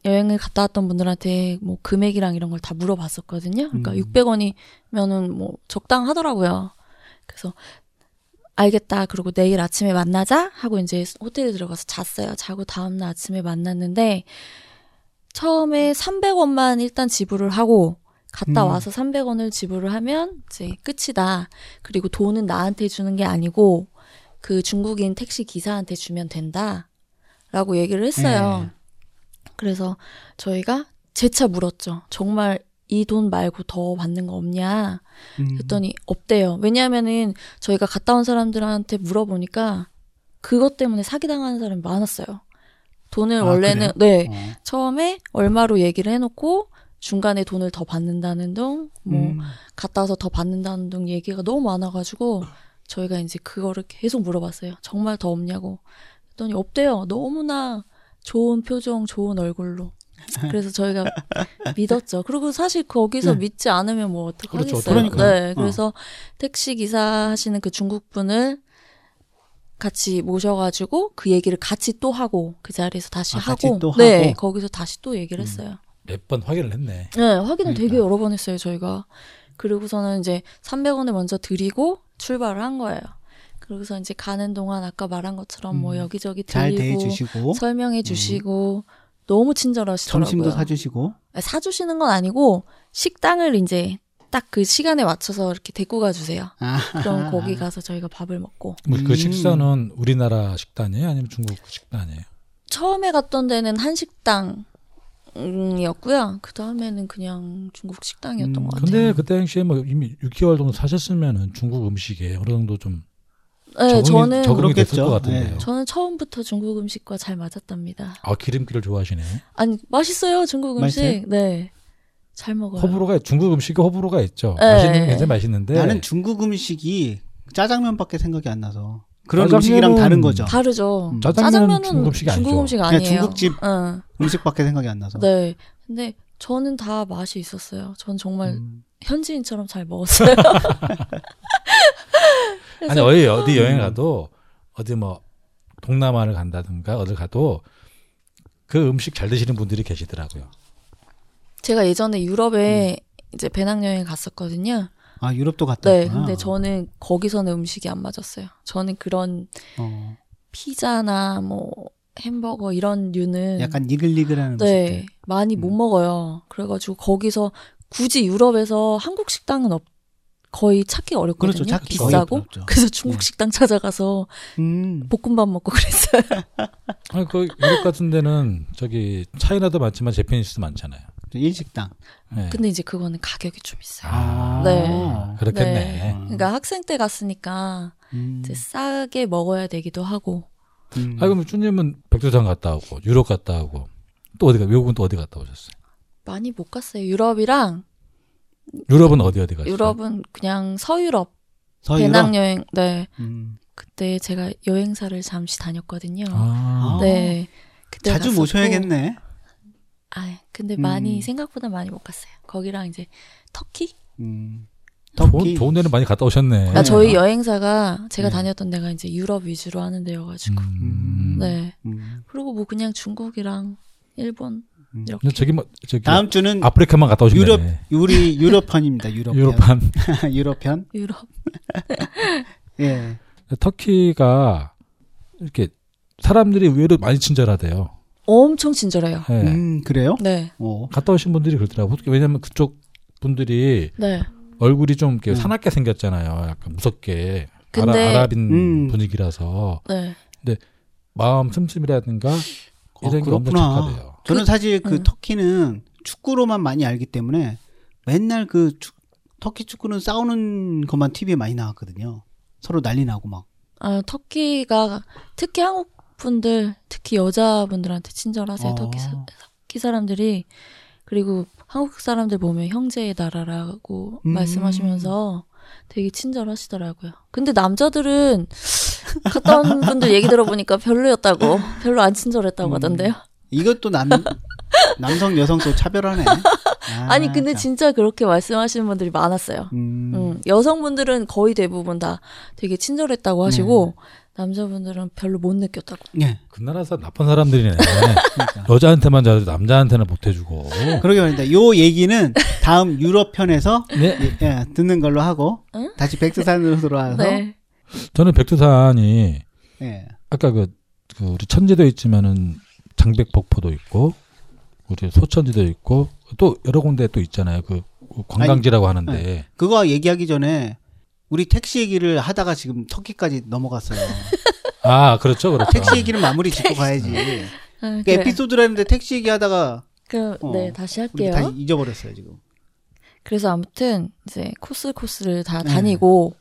Speaker 3: 여행을 갔다 왔던 분들한테 뭐 금액이랑 이런 걸 다 물어봤었거든요. 그러니까
Speaker 1: 음.
Speaker 3: 600원이면은 뭐 적당하더라고요. 그래서 알겠다. 그리고 내일 아침에 만나자 하고 이제 호텔에 들어가서 잤어요. 자고 다음 날 아침에 만났는데 처음에 300원만 일단 지불을 하고 갔다
Speaker 1: 음.
Speaker 3: 와서 300원을 지불을 하면 이제 끝이다. 그리고 돈은 나한테 주는 게 아니고 그 중국인 택시 기사한테 주면 된다. 라고 얘기를
Speaker 1: 네.
Speaker 3: 했어요. 그래서 저희가 재차 물었죠. 정말 이 돈 말고 더 받는 거 없냐?
Speaker 1: 음.
Speaker 3: 했더니 없대요. 왜냐하면은 저희가 갔다 온 사람들한테 물어보니까 그것 때문에 사기당하는 사람이 많았어요. 돈을
Speaker 1: 아,
Speaker 3: 원래는
Speaker 1: 그래요?
Speaker 3: 네
Speaker 1: 어.
Speaker 3: 처음에 얼마로 얘기를 해놓고 중간에 돈을 더 받는다는 둥, 뭐
Speaker 1: 음.
Speaker 3: 갔다 와서 더 받는다는 둥 얘기가 너무 많아가지고 저희가 이제 그거를 계속 물어봤어요. 정말 더 없냐고. 했더니 없대요. 너무나 좋은 표정, 좋은 얼굴로. 그래서 저희가 믿었죠. 그리고 사실 거기서
Speaker 1: 네.
Speaker 3: 믿지 않으면 뭐 어떡하겠어요.
Speaker 2: 그렇죠. 그러니까요.
Speaker 3: 네.
Speaker 1: 어.
Speaker 3: 그래서 택시 기사 하시는 그 중국 분을 같이 모셔가지고 그 얘기를 같이 또 하고 그 자리에서 다시
Speaker 1: 아, 같이
Speaker 3: 하고,
Speaker 1: 또
Speaker 3: 네
Speaker 1: 하고.
Speaker 3: 거기서 다시 또 얘기를 했어요.
Speaker 2: 몇 번 확인을 했네.
Speaker 3: 네, 확인을 되게
Speaker 2: 그러니까.
Speaker 3: 여러 번 했어요, 저희가. 그리고서는 이제 300원을 먼저 드리고 출발을 한 거예요. 그러고서 이제 가는 동안 아까 말한 것처럼 뭐
Speaker 1: 음.
Speaker 3: 여기저기
Speaker 1: 잘 대해
Speaker 3: 들리고
Speaker 1: 주시고 음.
Speaker 3: 설명해 주시고 너무 친절하시더라고요.
Speaker 1: 점심도 사주시고
Speaker 3: 시는건 아니고 식당을 이제 딱 그 시간에 맞춰서 이렇게 데리고 가주세요.
Speaker 1: 아.
Speaker 3: 그럼 거기 가서 저희가 밥을 먹고
Speaker 2: 뭐그
Speaker 1: 음.
Speaker 2: 식사는 우리나라 식단이에요? 아니면 중국 그 식단이에요?
Speaker 3: 처음에 갔던 데는 한식당이었고요. 그 다음에는 그냥 중국 식당이었던
Speaker 1: 음,
Speaker 3: 것 같아요.
Speaker 2: 근데 그때 당시에 뭐 이미 6개월 정도 사셨으면은 중국 음식에 어느 정도 좀
Speaker 3: 네,
Speaker 2: 적응이,
Speaker 3: 저는
Speaker 2: 적응이
Speaker 1: 그렇겠죠.
Speaker 2: 됐을
Speaker 1: 네.
Speaker 2: 것 같은데요.
Speaker 3: 저는 처음부터 중국 음식과 잘 맞았답니다.
Speaker 2: 아 기름기를 좋아하시네.
Speaker 3: 아니 맛있어요 중국 음식.
Speaker 1: 맛있어요?
Speaker 3: 네, 잘 먹어요.
Speaker 2: 호불호가 중국 음식에 호불호가 있죠.
Speaker 3: 네.
Speaker 2: 맛있는 게 굉장히 맛있는데
Speaker 1: 나는 중국 음식이 짜장면밖에 생각이 안 나서 그런
Speaker 2: 짜장면은-
Speaker 1: 음식이랑 다른 거죠.
Speaker 3: 다르죠.
Speaker 1: 음.
Speaker 2: 짜장면은
Speaker 3: 짜장면은
Speaker 2: 중국 음식이 아니죠.
Speaker 3: 중국 음식
Speaker 1: 그냥
Speaker 3: 아니에요.
Speaker 1: 중국집
Speaker 3: 응.
Speaker 1: 음식밖에 생각이 안 나서.
Speaker 3: 네. 근데 저는 다 맛이 있었어요. 전 정말
Speaker 1: 음.
Speaker 3: 현지인처럼 잘 먹었어요.
Speaker 2: 아니 어디 어디
Speaker 3: 음.
Speaker 2: 여행 가도 어디 뭐 동남아를 간다든가 어딜 가도 그 음식 잘 드시는 분들이 계시더라고요.
Speaker 3: 제가 예전에 유럽에
Speaker 2: 음.
Speaker 3: 이제 배낭여행 갔었거든요.
Speaker 1: 아 유럽도 갔다
Speaker 3: 네.
Speaker 1: 왔구나.
Speaker 3: 근데 저는 거기서는 음식이 안 맞았어요. 저는 그런
Speaker 1: 어,
Speaker 3: 피자나 뭐 햄버거 이런 류는
Speaker 1: 약간 니글니글한
Speaker 3: 음. 네,
Speaker 1: 음식들.
Speaker 3: 많이 못 먹어요. 그래가지고 거기서 굳이 유럽에서 한국 식당은 없, 거의 찾기 어렵거든요.
Speaker 1: 그렇죠, 찾기 거의
Speaker 3: 비싸고.
Speaker 1: 어렵죠.
Speaker 3: 그래서 중국
Speaker 1: 네.
Speaker 3: 식당 찾아가서
Speaker 1: 음.
Speaker 3: 볶음밥 먹고 그랬어요.
Speaker 2: 아니 그 유럽 같은 데는 저기 차이나도 많지만 재패니스도 많잖아요.
Speaker 1: 일식당.
Speaker 2: 네.
Speaker 3: 근데 이제 그거는 가격이 좀 있어요.
Speaker 2: 아,
Speaker 1: 네.
Speaker 2: 그렇겠네.
Speaker 3: 네. 그러니까 학생 때 갔으니까
Speaker 1: 음.
Speaker 3: 이제 싸게 먹어야 되기도 하고.
Speaker 1: 음.
Speaker 2: 아 그럼 쭈님은 백두산 갔다 오고 유럽 갔다 오고 또 어디가 외국은 또 어디 갔다 오셨어요?
Speaker 3: 많이 못 갔어요. 유럽이랑
Speaker 2: 유럽은 어디 어디 가셨어요?
Speaker 3: 유럽은 그냥 서유럽
Speaker 1: 그렇죠. 서유럽?
Speaker 3: 배낭여행. 네.
Speaker 1: 음.
Speaker 3: 그때 제가 여행사를 잠시 다녔거든요.
Speaker 2: 아,
Speaker 3: 네. 그때
Speaker 1: 자주
Speaker 3: 갔었고.
Speaker 1: 모셔야겠네.
Speaker 3: 아, 근데
Speaker 1: 음.
Speaker 3: 많이 생각보다 많이 못 갔어요. 거기랑 이제 터키?
Speaker 1: 음.
Speaker 2: 좋은,
Speaker 1: 터키.
Speaker 2: 좋은 데는 많이 갔다 오셨네. 음.
Speaker 1: 네.
Speaker 3: 아, 저희 여행사가 제가
Speaker 1: 네.
Speaker 3: 다녔던 데가 이제 유럽 위주로 하는 데여가지고.
Speaker 2: 음.
Speaker 3: 네.
Speaker 1: 음.
Speaker 3: 그리고 뭐 그냥 중국이랑 일본
Speaker 1: 음.
Speaker 3: 이렇게.
Speaker 2: 근데 저기 뭐 저기
Speaker 1: 다음 주는
Speaker 2: 아프리카만 갔다 오신
Speaker 1: 유럽
Speaker 2: 거네.
Speaker 1: 우리 유럽편입니다. 유럽편.
Speaker 2: 유럽한
Speaker 1: 유럽편.
Speaker 3: 유럽.
Speaker 1: 예.
Speaker 2: 터키가 이렇게 사람들이 의외로 많이 친절하대요.
Speaker 3: 엄청 친절해요.
Speaker 2: 예.
Speaker 1: 음 그래요?
Speaker 3: 네.
Speaker 1: 오.
Speaker 2: 갔다 오신 분들이 그러더라고. 왜냐면 그쪽 분들이
Speaker 3: 네.
Speaker 2: 얼굴이 좀 이렇게
Speaker 1: 음.
Speaker 2: 사납게 생겼잖아요. 약간 무섭게
Speaker 3: 근데-
Speaker 2: 아라, 랍인
Speaker 1: 음.
Speaker 2: 분위기라서
Speaker 3: 네.
Speaker 2: 마음 씀씀이라든가
Speaker 1: 어,
Speaker 2: 이런 게 엄청 착하대요.
Speaker 1: 저는 사실 그
Speaker 3: 음.
Speaker 1: 터키는 축구로만 많이 알기 때문에 맨날 그 축- 터키 축구는 싸우는 것만 TV에 많이 나왔거든요. 서로 난리 나고 막.
Speaker 3: 아, 터키가 특히 한국 분들, 특히 여자분들한테 친절하세요.
Speaker 1: 어.
Speaker 3: 터키, 사, 터키 사람들이. 그리고 한국 사람들 보면 형제의 나라라고
Speaker 1: 음.
Speaker 3: 말씀하시면서 되게 친절하시더라고요. 근데 남자들은 갔다 온 분들 얘기 들어보니까 별로였다고, 별로 안 친절했다고
Speaker 1: 음.
Speaker 3: 하던데요.
Speaker 1: 이것도 남 남성 여성 또 차별하네. 아,
Speaker 3: 아니, 근데
Speaker 1: 참.
Speaker 3: 진짜 그렇게 말씀하시는 분들이 많았어요.
Speaker 1: 음.
Speaker 3: 음, 여성분들은 거의 대부분 다 되게 친절했다고 하시고,
Speaker 1: 네.
Speaker 3: 남자분들은 별로 못 느꼈다고.
Speaker 1: 예.
Speaker 2: 그 나라 사람 나쁜 사람들이네.
Speaker 1: 그러니까.
Speaker 2: 여자한테만 잘해도 남자한테는 못해주고.
Speaker 1: 그러게 말입니다. 요 얘기는 다음 유럽 편에서
Speaker 2: 네.
Speaker 1: 예, 예, 듣는 걸로 하고
Speaker 3: 응?
Speaker 1: 다시 백두산으로 돌아와서
Speaker 3: 네.
Speaker 2: 저는 백두산이
Speaker 1: 예.
Speaker 2: 아까 그, 그 우리 천지도 있지만은 장백폭포도 있고 우리 소천지도 있고 또 여러 군데 또 있잖아요. 그 관광지라고 하는데
Speaker 1: 그거 얘기하기 전에 우리 택시 얘기를 하다가 지금 터키까지 넘어갔어요.
Speaker 2: 아 그렇죠, 그렇죠.
Speaker 1: 택시 얘기는 마무리 짓고 가야지. 그러니까
Speaker 3: 아, 그래.
Speaker 1: 에피소드라는데 택시 얘기하다가
Speaker 3: 그럼
Speaker 1: 어,
Speaker 3: 네 다시
Speaker 1: 우리
Speaker 3: 할게요.
Speaker 1: 다 잊어버렸어요 지금.
Speaker 3: 그래서 아무튼 이제 코스 코스를 다
Speaker 1: 네.
Speaker 3: 다니고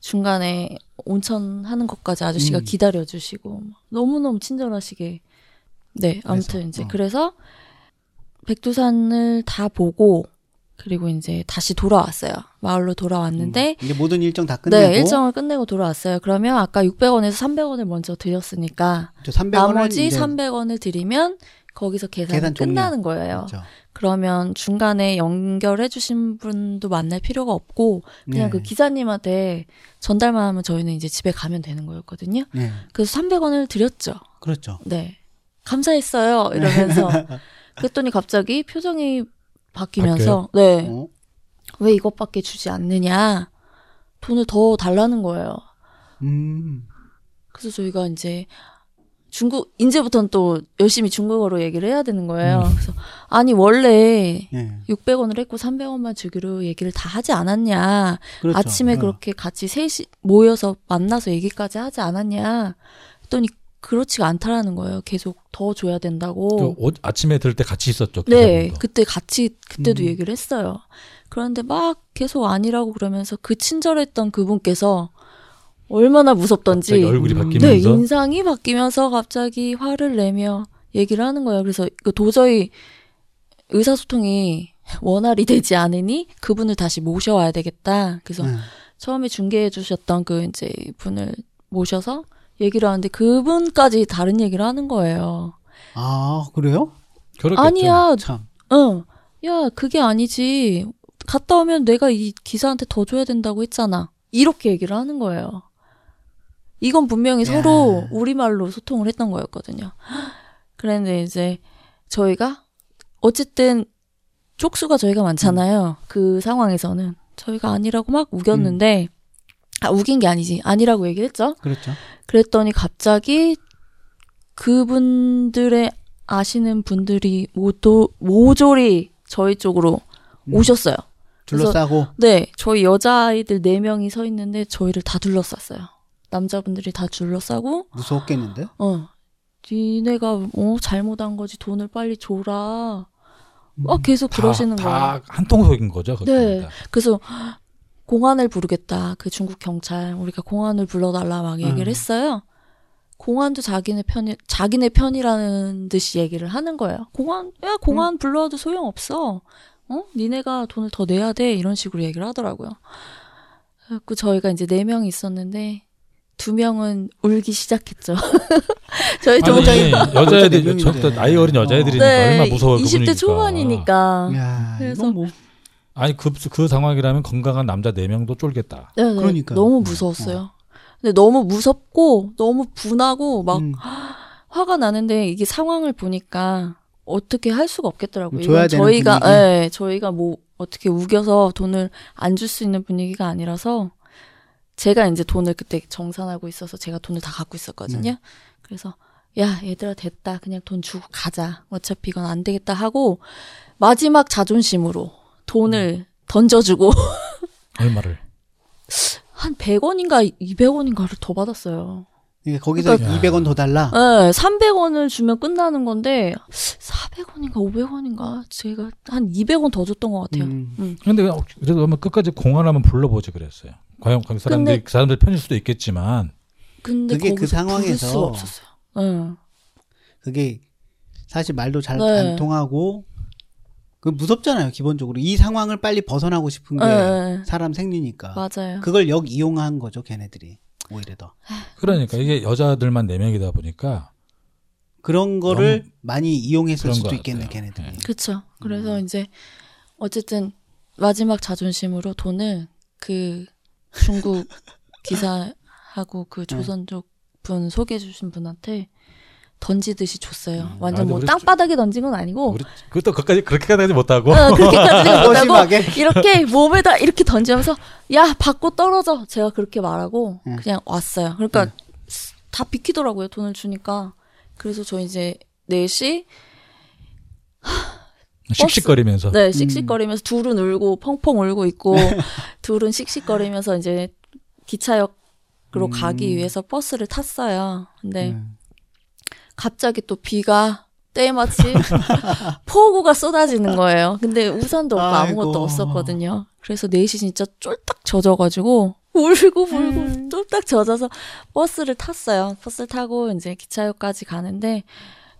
Speaker 3: 중간에 온천 하는 것까지 아저씨가
Speaker 1: 음.
Speaker 3: 기다려 주시고 너무 너무 친절하시게 네 아무튼
Speaker 1: 그래서,
Speaker 3: 이제
Speaker 1: 어.
Speaker 3: 그래서 백두산을 다 보고 그리고 이제 다시 돌아왔어요 마을로 돌아왔는데
Speaker 1: 음, 이제 모든 일정 다 끝내고
Speaker 3: 네 일정을 끝내고 돌아왔어요 그러면 아까 600원에서 300원을 먼저 드렸으니까
Speaker 1: 저 300원은
Speaker 3: 나머지
Speaker 1: 이제
Speaker 3: 300원을 드리면 거기서 계산이
Speaker 1: 계산 종료.
Speaker 3: 끝나는 거예요.
Speaker 1: 그렇죠.
Speaker 3: 그러면 중간에 연결해 주신 분도 만날 필요가 없고 그냥
Speaker 1: 네.
Speaker 3: 그 기사님한테 전달만 하면 저희는 이제 집에 가면 되는 거였거든요.
Speaker 1: 네.
Speaker 3: 그래서 300원을 드렸죠.
Speaker 1: 그렇죠.
Speaker 3: 네. 감사했어요. 이러면서 그랬더니 갑자기 표정이 바뀌면서 네.
Speaker 1: 어?
Speaker 3: 왜 이것밖에 주지 않느냐? 돈을 더 달라는 거예요.
Speaker 1: 음.
Speaker 3: 그래서 저희가 이제 중국 이제부터는 또 열심히 중국어로 얘기를 해야 되는 거예요.
Speaker 1: 음.
Speaker 3: 그래서 아니 원래
Speaker 1: 예.
Speaker 3: 600원을 했고 300원만 주기로 얘기를 다 하지 않았냐.
Speaker 1: 그렇죠.
Speaker 3: 아침에
Speaker 1: 어.
Speaker 3: 그렇게 같이 셋이 모여서 만나서 얘기까지 하지 않았냐. 했더니 그렇지가 않다라는 거예요. 계속 더 줘야
Speaker 2: 그
Speaker 3: 된다고.
Speaker 2: 옷- 아침에 들 때 같이 있었죠.
Speaker 3: 어. 네,
Speaker 2: 기사님도.
Speaker 3: 그때 같이 그때도
Speaker 1: 음.
Speaker 3: 얘기를 했어요. 그런데 막 계속 아니라고 그러면서 그 친절했던 그분께서 얼마나 무섭던지
Speaker 2: 갑자기 얼굴이
Speaker 1: 음.
Speaker 3: 네,
Speaker 2: 바뀌면서
Speaker 3: 인상이 바뀌면서 갑자기 화를 내며 얘기를 하는 거예요. 그래서 그 도저히 의사소통이 원활히 되지 않으니 그분을 다시 모셔와야 되겠다. 그래서
Speaker 1: 네.
Speaker 3: 처음에 중계해 주셨던 그 이제 분을 모셔서 얘기를 하는데 그분까지 다른 얘기를 하는 거예요.
Speaker 1: 아 그래요?
Speaker 2: 그렇겠죠.
Speaker 3: 아니야,
Speaker 1: 참.
Speaker 3: 응, 어. 야 그게 아니지. 갔다 오면 내가 이 기사한테 더 줘야 된다고 했잖아. 이렇게 얘기를 하는 거예요. 이건 분명히
Speaker 1: 야.
Speaker 3: 서로 우리말로 소통을 했던 거였거든요. 그런데 이제 저희가 어쨌든 쪽수가 저희가 많잖아요. 그 상황에서는 저희가 아니라고 막 우겼는데 아 우긴 게 아니지 아니라고 얘기했죠.
Speaker 1: 그렇죠.
Speaker 3: 그랬더니 갑자기 그분들의 아시는 분들이 모도, 모조리 저희 쪽으로
Speaker 1: 음.
Speaker 3: 오셨어요.
Speaker 1: 둘러싸고
Speaker 3: 네, 저희 여자아이들 네명이서 있는데 저희를 다 둘러쌌어요. 남자분들이 다 둘러싸고,
Speaker 1: 무섭겠는데?
Speaker 3: 어, 니네가 어, 잘못한 거지 돈을 빨리 줘라. 어, 계속 그러시는 거예요.
Speaker 2: 다한 통속인 거죠. 그렇
Speaker 3: 네. 그래서 공안을 부르겠다. 그 중국 경찰 우리가 공안을 불러달라 막 얘기를
Speaker 1: 음.
Speaker 3: 했어요. 공안도 자기네 편이 자기네 편이라는 듯이 얘기를 하는 거예요. 공안 야
Speaker 2: 음.
Speaker 3: 공안 불러와도 소용 없어. 어 니네가 돈을 더 내야 돼 이런 식으로 얘기를 하더라고요. 그래갖고 저희가 이제 네 명 있었는데 두 명은 울기 시작했죠. 뭐 저희 좀
Speaker 1: 아니, 굉장히-
Speaker 2: 여자애들
Speaker 1: 굉장히
Speaker 2: 전부
Speaker 1: 네.
Speaker 2: 다 나이 어린 여자애들이니까 얼마나 무서워
Speaker 3: 20대 초반이니까.
Speaker 1: 야,
Speaker 3: 아, 그래서-
Speaker 1: 이건 뭐
Speaker 2: 아니 그, 그 상황이라면 건강한 남자 네 명도 쫄겠다.
Speaker 3: 네, 네.
Speaker 1: 그러니까요.
Speaker 3: 너무
Speaker 1: 네.
Speaker 3: 무서웠어요. 근데 너무 무섭고 너무 분하고 막
Speaker 1: 음,
Speaker 3: 화가 나는데 이게 상황을 보니까 어떻게 할 수가 없겠더라고요.
Speaker 1: 줘야
Speaker 3: 이건
Speaker 1: 되는
Speaker 3: 저희가
Speaker 1: 분위기.
Speaker 3: 예, 저희가 뭐 어떻게 우겨서 돈을 안 줄 수 있는 분위기가 아니라서 제가 이제 돈을 그때 정산하고 있어서 제가 돈을 다 갖고 있었거든요.
Speaker 1: 네.
Speaker 3: 그래서 야 얘들아 됐다 그냥 돈 주고 가자 어차피 이건 안 되겠다 하고 마지막 자존심으로
Speaker 1: 음.
Speaker 3: 돈을 던져주고
Speaker 2: 얼마를?
Speaker 3: 한 100원인가 200원인가를 더 받았어요.
Speaker 1: 이게 거기서
Speaker 2: 그러니까-
Speaker 1: 200원 더 달라.
Speaker 3: 네, 300원을 주면 끝나는 건데 400원인가 500원인가 제가 한 200원 더 줬던 것 같아요.
Speaker 1: 음.
Speaker 2: 근데 그냥 그래도 한번 끝까지 공항을 한번 불러보지 그랬어요. 과연 그 사람들이
Speaker 3: 근데-
Speaker 2: 그 사람들 편일 수도 있겠지만
Speaker 3: 근데
Speaker 1: 그게 그
Speaker 3: 거기서 부를
Speaker 1: 상황에서-
Speaker 3: 수가 없었어요. 네.
Speaker 1: 그게 사실 말도 잘 안
Speaker 3: 네.
Speaker 1: 통하고 그 무섭잖아요. 기본적으로 이 상황을 빨리 벗어나고 싶은 게
Speaker 3: 네, 네.
Speaker 1: 사람 생리니까
Speaker 3: 맞아요.
Speaker 1: 그걸 역 이용한 거죠. 걔네들이 오히려 더
Speaker 2: 그러니까 이게 여자들만 네 명이다 보니까
Speaker 1: 그런 거를 많이 이용했을
Speaker 2: 그런
Speaker 1: 수도
Speaker 2: 것
Speaker 1: 있겠네.
Speaker 2: 같아요.
Speaker 1: 걔네들이.
Speaker 2: 네.
Speaker 3: 그렇죠. 그래서
Speaker 1: 음.
Speaker 3: 이제 어쨌든 마지막 자존심으로 돈을 그 중국 기사하고
Speaker 1: 네.
Speaker 3: 그 조선족 분 소개해 주신 분한테 던지듯이 줬어요.
Speaker 1: 음,
Speaker 3: 완전
Speaker 2: 아, 근데
Speaker 3: 뭐
Speaker 2: 우리
Speaker 3: 땅바닥에 던진 건 아니고
Speaker 2: 우리 그것도 그까지 그렇게까지 못하고
Speaker 3: 어, 그렇게까지는 못하고
Speaker 1: 심하게
Speaker 3: 이렇게 몸에다 이렇게 던지면서 야 받고 떨어져 제가 그렇게 말하고
Speaker 1: 네.
Speaker 3: 그냥 왔어요 그러니까 네 다 비키더라고요 돈을 주니까 그래서 저 이제 4시
Speaker 2: 씩씩거리면서.
Speaker 3: 네, 씩씩거리면서 둘은 울고 펑펑 울고 있고 둘은 씩씩거리면서 이제 기차역으로
Speaker 1: 음.
Speaker 3: 가기 위해서 버스를 탔어요. 근데
Speaker 1: 네.
Speaker 3: 갑자기 또 비가 때마침 폭우가 쏟아지는 거예요. 근데 우산도 없고 아무것도
Speaker 1: 아이고.
Speaker 3: 없었거든요. 그래서 넷이 진짜 쫄딱 젖어가지고 울고 불고
Speaker 1: 음.
Speaker 3: 쫄딱 젖어서 버스를 탔어요. 버스 타고 이제 기차역까지 가는데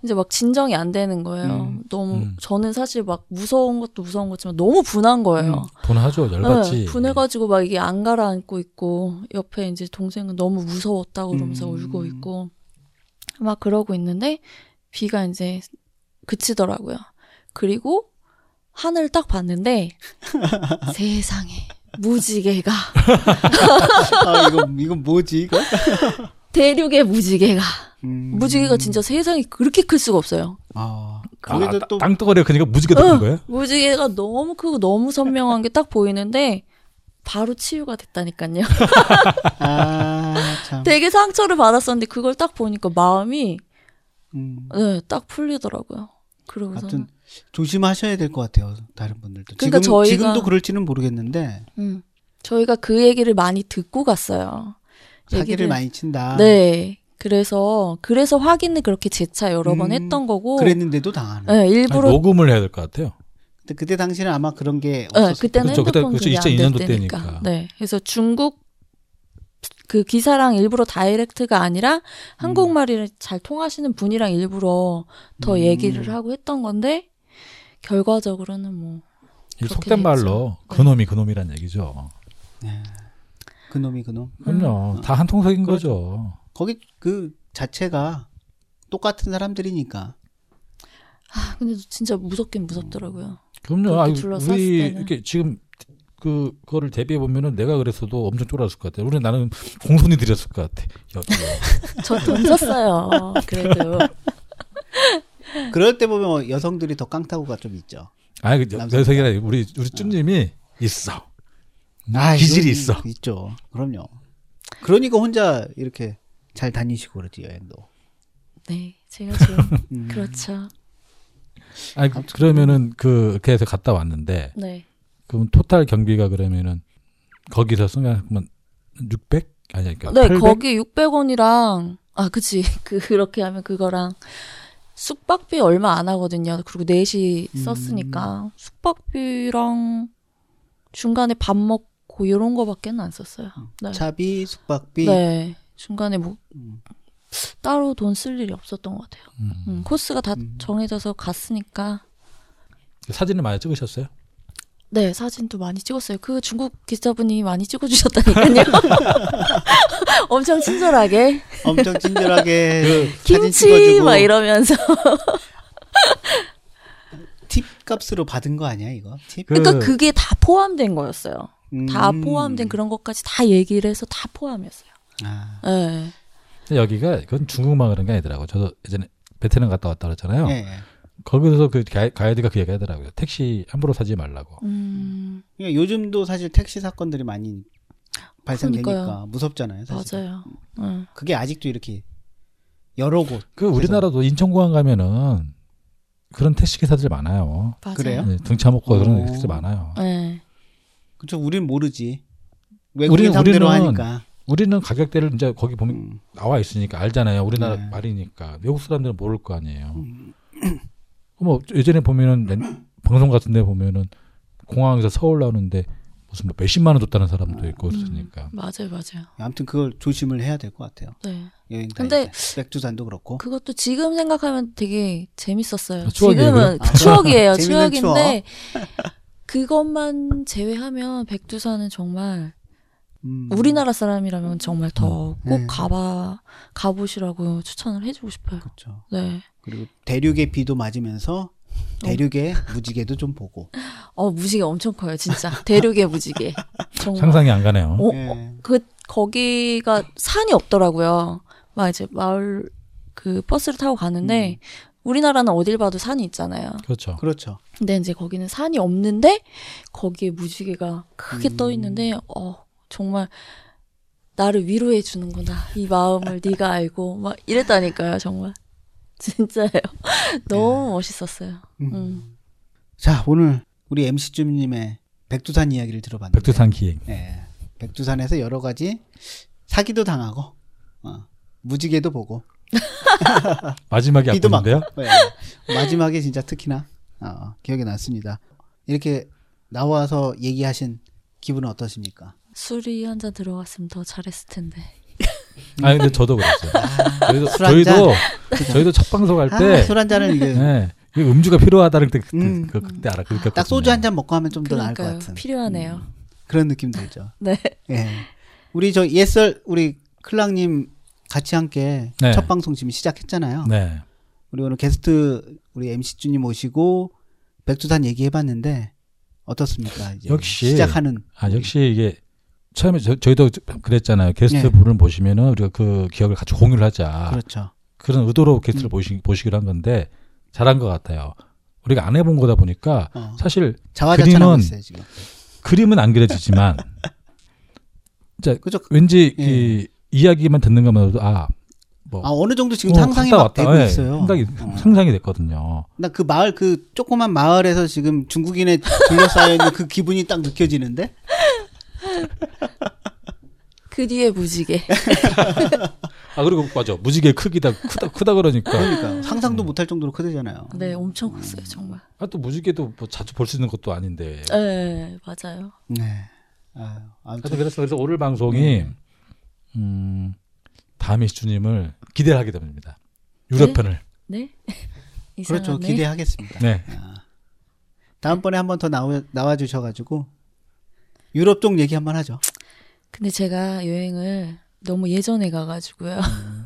Speaker 3: 이제 막 진정이 안 되는 거예요.
Speaker 1: 음.
Speaker 3: 너무
Speaker 2: 음.
Speaker 3: 저는 사실 막 무서운 것도 무서운 거지만 너무 분한 거예요.
Speaker 1: 음.
Speaker 2: 분하죠. 열받지.
Speaker 3: 네, 분해가지고 막 이게 안 가라앉고 있고 옆에 이제 동생은 너무 무서웠다고 그러면서
Speaker 1: 음.
Speaker 3: 울고 있고 막 그러고 있는데 비가 이제 그치더라고요. 그리고 하늘을 딱 봤는데 세상에 무지개가
Speaker 1: 아 이거 이거 뭐지 이거?
Speaker 3: 대륙의 무지개가
Speaker 1: 음.
Speaker 3: 무지개가 진짜 세상에 그렇게 클 수가 없어요.
Speaker 1: 아
Speaker 2: 아,
Speaker 1: 거기서
Speaker 2: 따-
Speaker 1: 또
Speaker 2: 땅덩어리가 그러니까 무지개 덮는
Speaker 3: 응.
Speaker 2: 거예요?
Speaker 3: 무지개가 너무 크고 너무 선명한 게 딱 보이는데 바로 치유가 됐다니까요.
Speaker 1: 아, 참.
Speaker 3: 되게 상처를 받았었는데 그걸 딱 보니까 마음이
Speaker 1: 음.
Speaker 3: 네, 딱 풀리더라고요. 그러고서
Speaker 1: 하여튼 조심하셔야 될 것 같아요. 다른 분들도.
Speaker 3: 그러니까
Speaker 1: 지금
Speaker 3: 저희가-
Speaker 1: 지금도 그럴지는 모르겠는데
Speaker 3: 음, 저희가 그 얘기를 많이 듣고 갔어요.
Speaker 1: 사기를
Speaker 3: 얘기를-
Speaker 1: 많이 친다.
Speaker 3: 네. 그래서 그래서 확인을 그렇게 재차 여러
Speaker 1: 음,
Speaker 3: 번 했던 거고
Speaker 1: 그랬는데도 당하는.
Speaker 3: 어. 네,
Speaker 2: 아니,
Speaker 3: 일부러
Speaker 2: 녹음을 해야 될 것 같아요.
Speaker 1: 근데 그때 당시는 아마 그런 게
Speaker 3: 네,
Speaker 1: 없었을
Speaker 3: 그때는
Speaker 2: 그쵸, 그때-
Speaker 3: 핸드폰
Speaker 2: 그쵸,
Speaker 3: 그게 안
Speaker 2: 2002년도
Speaker 3: 될 때니까.
Speaker 2: 때니까.
Speaker 3: 네. 그래서 중국 그 기사랑 일부러 다이렉트가 아니라 한국말을 잘 통하시는 분이랑 일부러 더
Speaker 1: 음.
Speaker 3: 얘기를 하고 했던 건데 결과적으로는 뭐
Speaker 2: 이
Speaker 3: 그렇게
Speaker 2: 속된 말로
Speaker 3: 됐죠. 네.
Speaker 2: 그놈이 그놈이란 얘기죠.
Speaker 1: 그놈이 그놈.
Speaker 3: 음.
Speaker 2: 그럼요. 다 한 통속인 거죠.
Speaker 1: 거기 그 자체가 똑같은 사람들이니까.
Speaker 3: 아, 근데 진짜 무섭긴 무섭더라고요.
Speaker 2: 그럼요.
Speaker 3: 그렇게
Speaker 2: 아,
Speaker 3: 둘러쌌을
Speaker 2: 우리
Speaker 3: 때는.
Speaker 2: 이렇게 지금 그 그거를 대비해 보면은 내가 그랬어도 엄청 쫄았을 것 같아요. 우리 나는 공손히 드렸을 것 같아. 여- 여-
Speaker 3: 저 던졌어요. 그래도
Speaker 1: 그럴 때 보면 여성들이 더 깡타구가 좀 있죠.
Speaker 2: 아니 그 여-
Speaker 1: 남성.
Speaker 2: 여성이라 우리 우리 쭈님이 있어.
Speaker 1: 아, 이건
Speaker 2: 기질이 있어.
Speaker 1: 있죠. 그럼요. 그러니까 혼자 이렇게 잘 다니시고 그러지 여행도.
Speaker 3: 네, 제가 지금
Speaker 1: 음.
Speaker 3: 그렇죠.
Speaker 2: 아니 그- 그러면은 그 이렇게 해서 갔다 왔는데
Speaker 3: 네,
Speaker 2: 그럼 토탈 경비가 그러면은 거기서 쓰면 그러면 600 아니 그러니까
Speaker 3: 네
Speaker 2: 800?
Speaker 3: 거기 600원이랑 아, 그치 그 그렇게 하면 그거랑 숙박비 얼마 안 하거든요. 그리고 넷이
Speaker 1: 음.
Speaker 3: 썼으니까 숙박비랑 중간에 밥 먹고 이런 거밖에는 안 썼어요. 네,
Speaker 1: 차비, 숙박비.
Speaker 3: 네 중간에 뭐
Speaker 1: 음.
Speaker 3: 따로 돈 쓸 일이 없었던 것 같아요.
Speaker 2: 음.
Speaker 3: 음, 코스가 다
Speaker 1: 음.
Speaker 3: 정해져서 갔으니까
Speaker 2: 사진을 많이 찍으셨어요?
Speaker 3: 네, 사진도 많이 찍었어요. 그 중국 기자분이 많이 찍어주셨다니까요. 엄청 친절하게
Speaker 1: 엄청 친절하게 그 사진
Speaker 3: 김치
Speaker 1: 찍어주고 네.
Speaker 3: 막 이러면서.
Speaker 1: 팁 값으로 받은 거 아니야 이거? 팁?
Speaker 3: 그러니까 그게 다 포함된 거였어요. 다
Speaker 1: 음.
Speaker 3: 포함된 그런 것까지 다 얘기를 해서 다 포함이었어요.
Speaker 1: 아,
Speaker 3: 네.
Speaker 2: 근데 여기가 그건 중국만 그런 게 아니더라고. 저도 예전에 베트남 갔다 왔다 그랬잖아요.
Speaker 3: 네.
Speaker 1: 예. 예.
Speaker 2: 거기서 그 가이- 가이드가 그 얘기하더라고요. 택시 함부로 타지 말라고.
Speaker 3: 음,
Speaker 1: 그러니까 요즘도 사실 택시 사건들이 많이 발생되니까
Speaker 3: 그러니까요.
Speaker 1: 무섭잖아요. 사실.
Speaker 3: 맞아요. 네, 응.
Speaker 1: 그게 아직도 이렇게 여러 곳.
Speaker 2: 그 우리나라도 인천공항 가면은 그런 택시 기사들 많아요.
Speaker 3: 맞아요.
Speaker 1: 그래요?
Speaker 2: 네, 등차 먹고
Speaker 1: 오.
Speaker 3: 어.
Speaker 2: 그런 택시들 많아요.
Speaker 3: 네.
Speaker 1: 그쵸? 우린 모르지. 외국인
Speaker 2: 우리는-
Speaker 1: 상대로
Speaker 2: 우리는-
Speaker 1: 하니까.
Speaker 2: 우리는 가격대를 이제 거기 보면
Speaker 1: 음.
Speaker 2: 나와 있으니까 알잖아요. 우리나라
Speaker 1: 네.
Speaker 2: 말이니까 외국 사람들은 모를 거 아니에요.
Speaker 3: 음.
Speaker 2: 뭐 예전에 보면은 렌- 방송 같은데 보면은 공항에서 서울 나오는데 무슨 뭐 몇십만 원 줬다는 사람도
Speaker 3: 음.
Speaker 2: 있고 그러니까
Speaker 3: 맞아요, 맞아요.
Speaker 1: 아무튼 그걸 조심을 해야 될 것 같아요.
Speaker 3: 네.
Speaker 1: 여행 다닐
Speaker 3: 근데
Speaker 1: 때. 맥주잔도 그렇고.
Speaker 3: 그것도 지금 생각하면 되게 재밌었어요.
Speaker 2: 아, 추억이에요,
Speaker 3: 지금은
Speaker 1: 그래요?
Speaker 3: 추억이에요.
Speaker 1: 재밌는
Speaker 3: 추억인데 그것만 제외하면 백두산은 정말
Speaker 1: 음.
Speaker 3: 우리나라 사람이라면 정말 더
Speaker 2: 음.
Speaker 3: 꼭
Speaker 1: 네.
Speaker 3: 가봐 가보시라고 추천을 해주고 싶어요.
Speaker 1: 그렇죠.
Speaker 3: 네.
Speaker 1: 그리고 대륙의 비도 맞으면서 대륙의 무지개도 좀 보고.
Speaker 3: 어 무지개 엄청 커요, 진짜. 대륙의 무지개. 정말.
Speaker 2: 상상이 안 가네요.
Speaker 3: 어,
Speaker 1: 예.
Speaker 3: 그 거기가 산이 없더라고요. 막 이제 마을 그 버스를 타고 가는데
Speaker 2: 음.
Speaker 3: 우리나라는 어딜 봐도 산이 있잖아요.
Speaker 2: 그렇죠.
Speaker 1: 그렇죠.
Speaker 3: 근데 이제 거기는 산이 없는데 거기에 무지개가 크게
Speaker 1: 음.
Speaker 3: 떠 있는데 어 정말 나를 위로해 주는구나 이 마음을 네가 알고 막 이랬다니까요 정말 진짜요.
Speaker 1: 예.
Speaker 3: 너무 멋있었어요. 음.
Speaker 1: 자, 오늘 우리 MC 쭈님의 백두산 이야기를 들어봤는데.
Speaker 2: 백두산 기행.
Speaker 1: 예. 백두산에서 여러 가지 사기도 당하고, 어, 무지개도 보고,
Speaker 2: 마지막이
Speaker 1: 비도 막.
Speaker 2: 아픈데요?
Speaker 1: 예. 마지막에 진짜 특히나 어, 기억에 남습니다. 이렇게 나와서 얘기하신 기분은 어떠십니까?
Speaker 3: 술이 한 잔 들어갔으면 더 잘했을 텐데.
Speaker 2: 아 근데 저도 그랬어요. 저희도
Speaker 1: 술한 잔.
Speaker 2: 저희도 저희도 첫 방송할
Speaker 1: 아,
Speaker 2: 때
Speaker 1: 술 한 잔을 이게
Speaker 2: 예, 이게 음주가 필요하다는 그때 그때,
Speaker 1: 음.
Speaker 2: 그, 그때 알아 그렇게
Speaker 1: 딱 소주 한 잔 먹고 하면 좀 더 나을 것
Speaker 3: 그러니까요.
Speaker 1: 같은
Speaker 3: 필요하네요.
Speaker 1: 음, 그런 느낌 들죠.
Speaker 3: 네.
Speaker 1: 예. 우리 저 예썰 우리 클랑님 같이 함께
Speaker 2: 네.
Speaker 1: 첫 방송 지금 시작했잖아요.
Speaker 2: 네.
Speaker 1: 우리 오늘 게스트 우리 MC 준님 모시고 백두산 얘기해봤는데 어떻습니까? 이제
Speaker 2: 역시.
Speaker 1: 시작하는
Speaker 2: 아 역시 이게 처음에 저, 저희도 그랬잖아요. 게스트
Speaker 1: 네.
Speaker 2: 분을 보시면은 우리가 그 기억을 같이 공유를 하자.
Speaker 1: 그렇죠.
Speaker 2: 그런 의도로 게스트를
Speaker 1: 음.
Speaker 2: 보시, 보시기로 한 건데 잘한 것 같아요. 우리가 안 해본 거다 보니까
Speaker 1: 어.
Speaker 2: 사실
Speaker 1: 자화자찬하고
Speaker 2: 그림은-
Speaker 1: 있어요 지금.
Speaker 2: 그림은 안 그려지지만 자,
Speaker 1: 그죠?
Speaker 2: 왠지
Speaker 1: 예.
Speaker 2: 이 이야기만 듣는 것만으로도 아, 뭐
Speaker 1: 아 어느 정도 지금
Speaker 2: 어,
Speaker 1: 상상이
Speaker 2: 갔다
Speaker 1: 막
Speaker 2: 왔다.
Speaker 1: 되고
Speaker 2: 예,
Speaker 1: 있어요.
Speaker 2: 생각이
Speaker 1: 어.
Speaker 2: 상상이 됐거든요.
Speaker 1: 나 그 마을 그 조그만 마을에서 지금 중국인에 둘러싸여 있는 그 기분이 딱 느껴지는데
Speaker 3: 그 뒤에 무지개.
Speaker 2: 아 그리고 맞아 무지개 크기다 크다 크다 그러니까
Speaker 1: 그러니까 상상도 못할 정도로 크대잖아요.
Speaker 3: 네, 엄청 컸어요, 정말.
Speaker 2: 아 또 무지개도 뭐 자주 볼 수 있는 것도 아닌데.
Speaker 1: 그렇죠.
Speaker 3: 네, 맞아요.
Speaker 1: 네. 아유, 아무튼
Speaker 2: 하여튼 그래서 그래서 오늘
Speaker 1: 네.
Speaker 2: 방송이 음 다미 주님을 기대를 하게 됩니다. 유럽
Speaker 3: 네?
Speaker 2: 편을.
Speaker 3: 네. 이상하네.
Speaker 1: 그렇죠. 기대하겠습니다.
Speaker 2: 네.
Speaker 1: 아, 다음번에 한 번 더 나와, 나와 주셔가지고 유럽 쪽 얘기 한 번 하죠.
Speaker 3: 근데 제가 여행을 너무 예전에 가가지고요.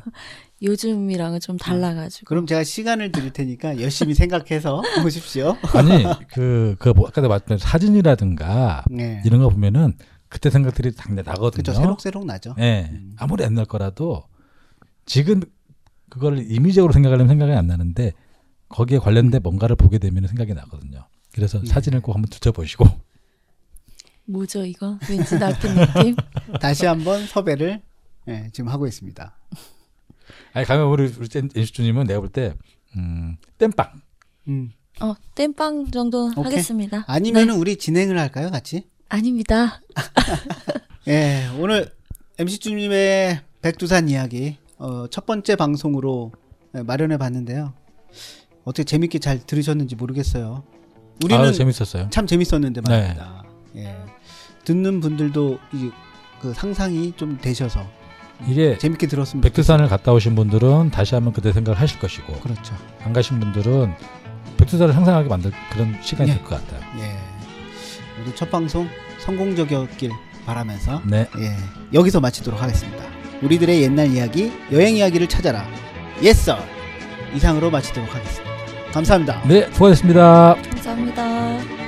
Speaker 3: 요즘이랑은 좀 달라가지고.
Speaker 1: 음. 그럼 제가 시간을 드릴 테니까 열심히 생각해서 보십시오.
Speaker 2: 아니 그 그 뭐 아까도 말씀드린 사진이라든가
Speaker 1: 네.
Speaker 2: 이런 거 보면은 그때 생각들이 당내 나거든요.
Speaker 1: 그렇죠. 새록새록 나죠.
Speaker 2: 예.
Speaker 1: 음.
Speaker 2: 아무리 안 날 거라도 지금 그거를 임의적으로 생각하려면 생각이 안 나는데 거기에 관련된 뭔가를 보게 되면 생각이 나거든요. 그래서
Speaker 1: 음.
Speaker 2: 사진을 꼭 한번 두쳐보시고
Speaker 3: 뭐죠, 이거? 왠지 나쁜 느낌?
Speaker 1: 다시 한번 섭외를 예, 지금 하고 있습니다.
Speaker 2: 아니 가면 우리 우리 엔시주님은 내가 볼 때 음, 땜빵
Speaker 1: 음.
Speaker 3: 어, 땜빵 정도는
Speaker 1: 오케이.
Speaker 3: 하겠습니다.
Speaker 1: 아니면은
Speaker 3: 네.
Speaker 1: 우리 진행을 할까요, 같이?
Speaker 3: 아닙니다.
Speaker 1: 예, 오늘 MC 주님의 백두산 이야기 어, 첫 번째 방송으로 예, 마련해 봤는데요. 어떻게 재밌게 잘 들으셨는지 모르겠어요. 우리는
Speaker 2: 아우 재밌었어요. 네.
Speaker 1: 참 재밌었는데 말입니다. 예, 듣는 분들도 이, 그 상상이 좀 되셔서
Speaker 2: 이게
Speaker 1: 재밌게 들었으면
Speaker 2: 백두산을 갔다 오신 분들은 다시 한번 그때 생각을 하실 것이고
Speaker 1: 좋겠- 그렇죠.
Speaker 2: 안 가신 분들은 백두산을 상상하게 만들 그런 시간이
Speaker 1: 예.
Speaker 2: 될 것 같아요.
Speaker 1: 예, 모두 첫 방송 성공적이었길 바라면서
Speaker 2: 네.
Speaker 1: 예, 여기서 마치도록 하겠습니다. 우리들의 옛날 이야기, 여행 이야기를 찾아라. 예썰 이상으로 마치도록 하겠습니다. 감사합니다.
Speaker 2: 네, 수고하셨습니다.
Speaker 3: 감사합니다.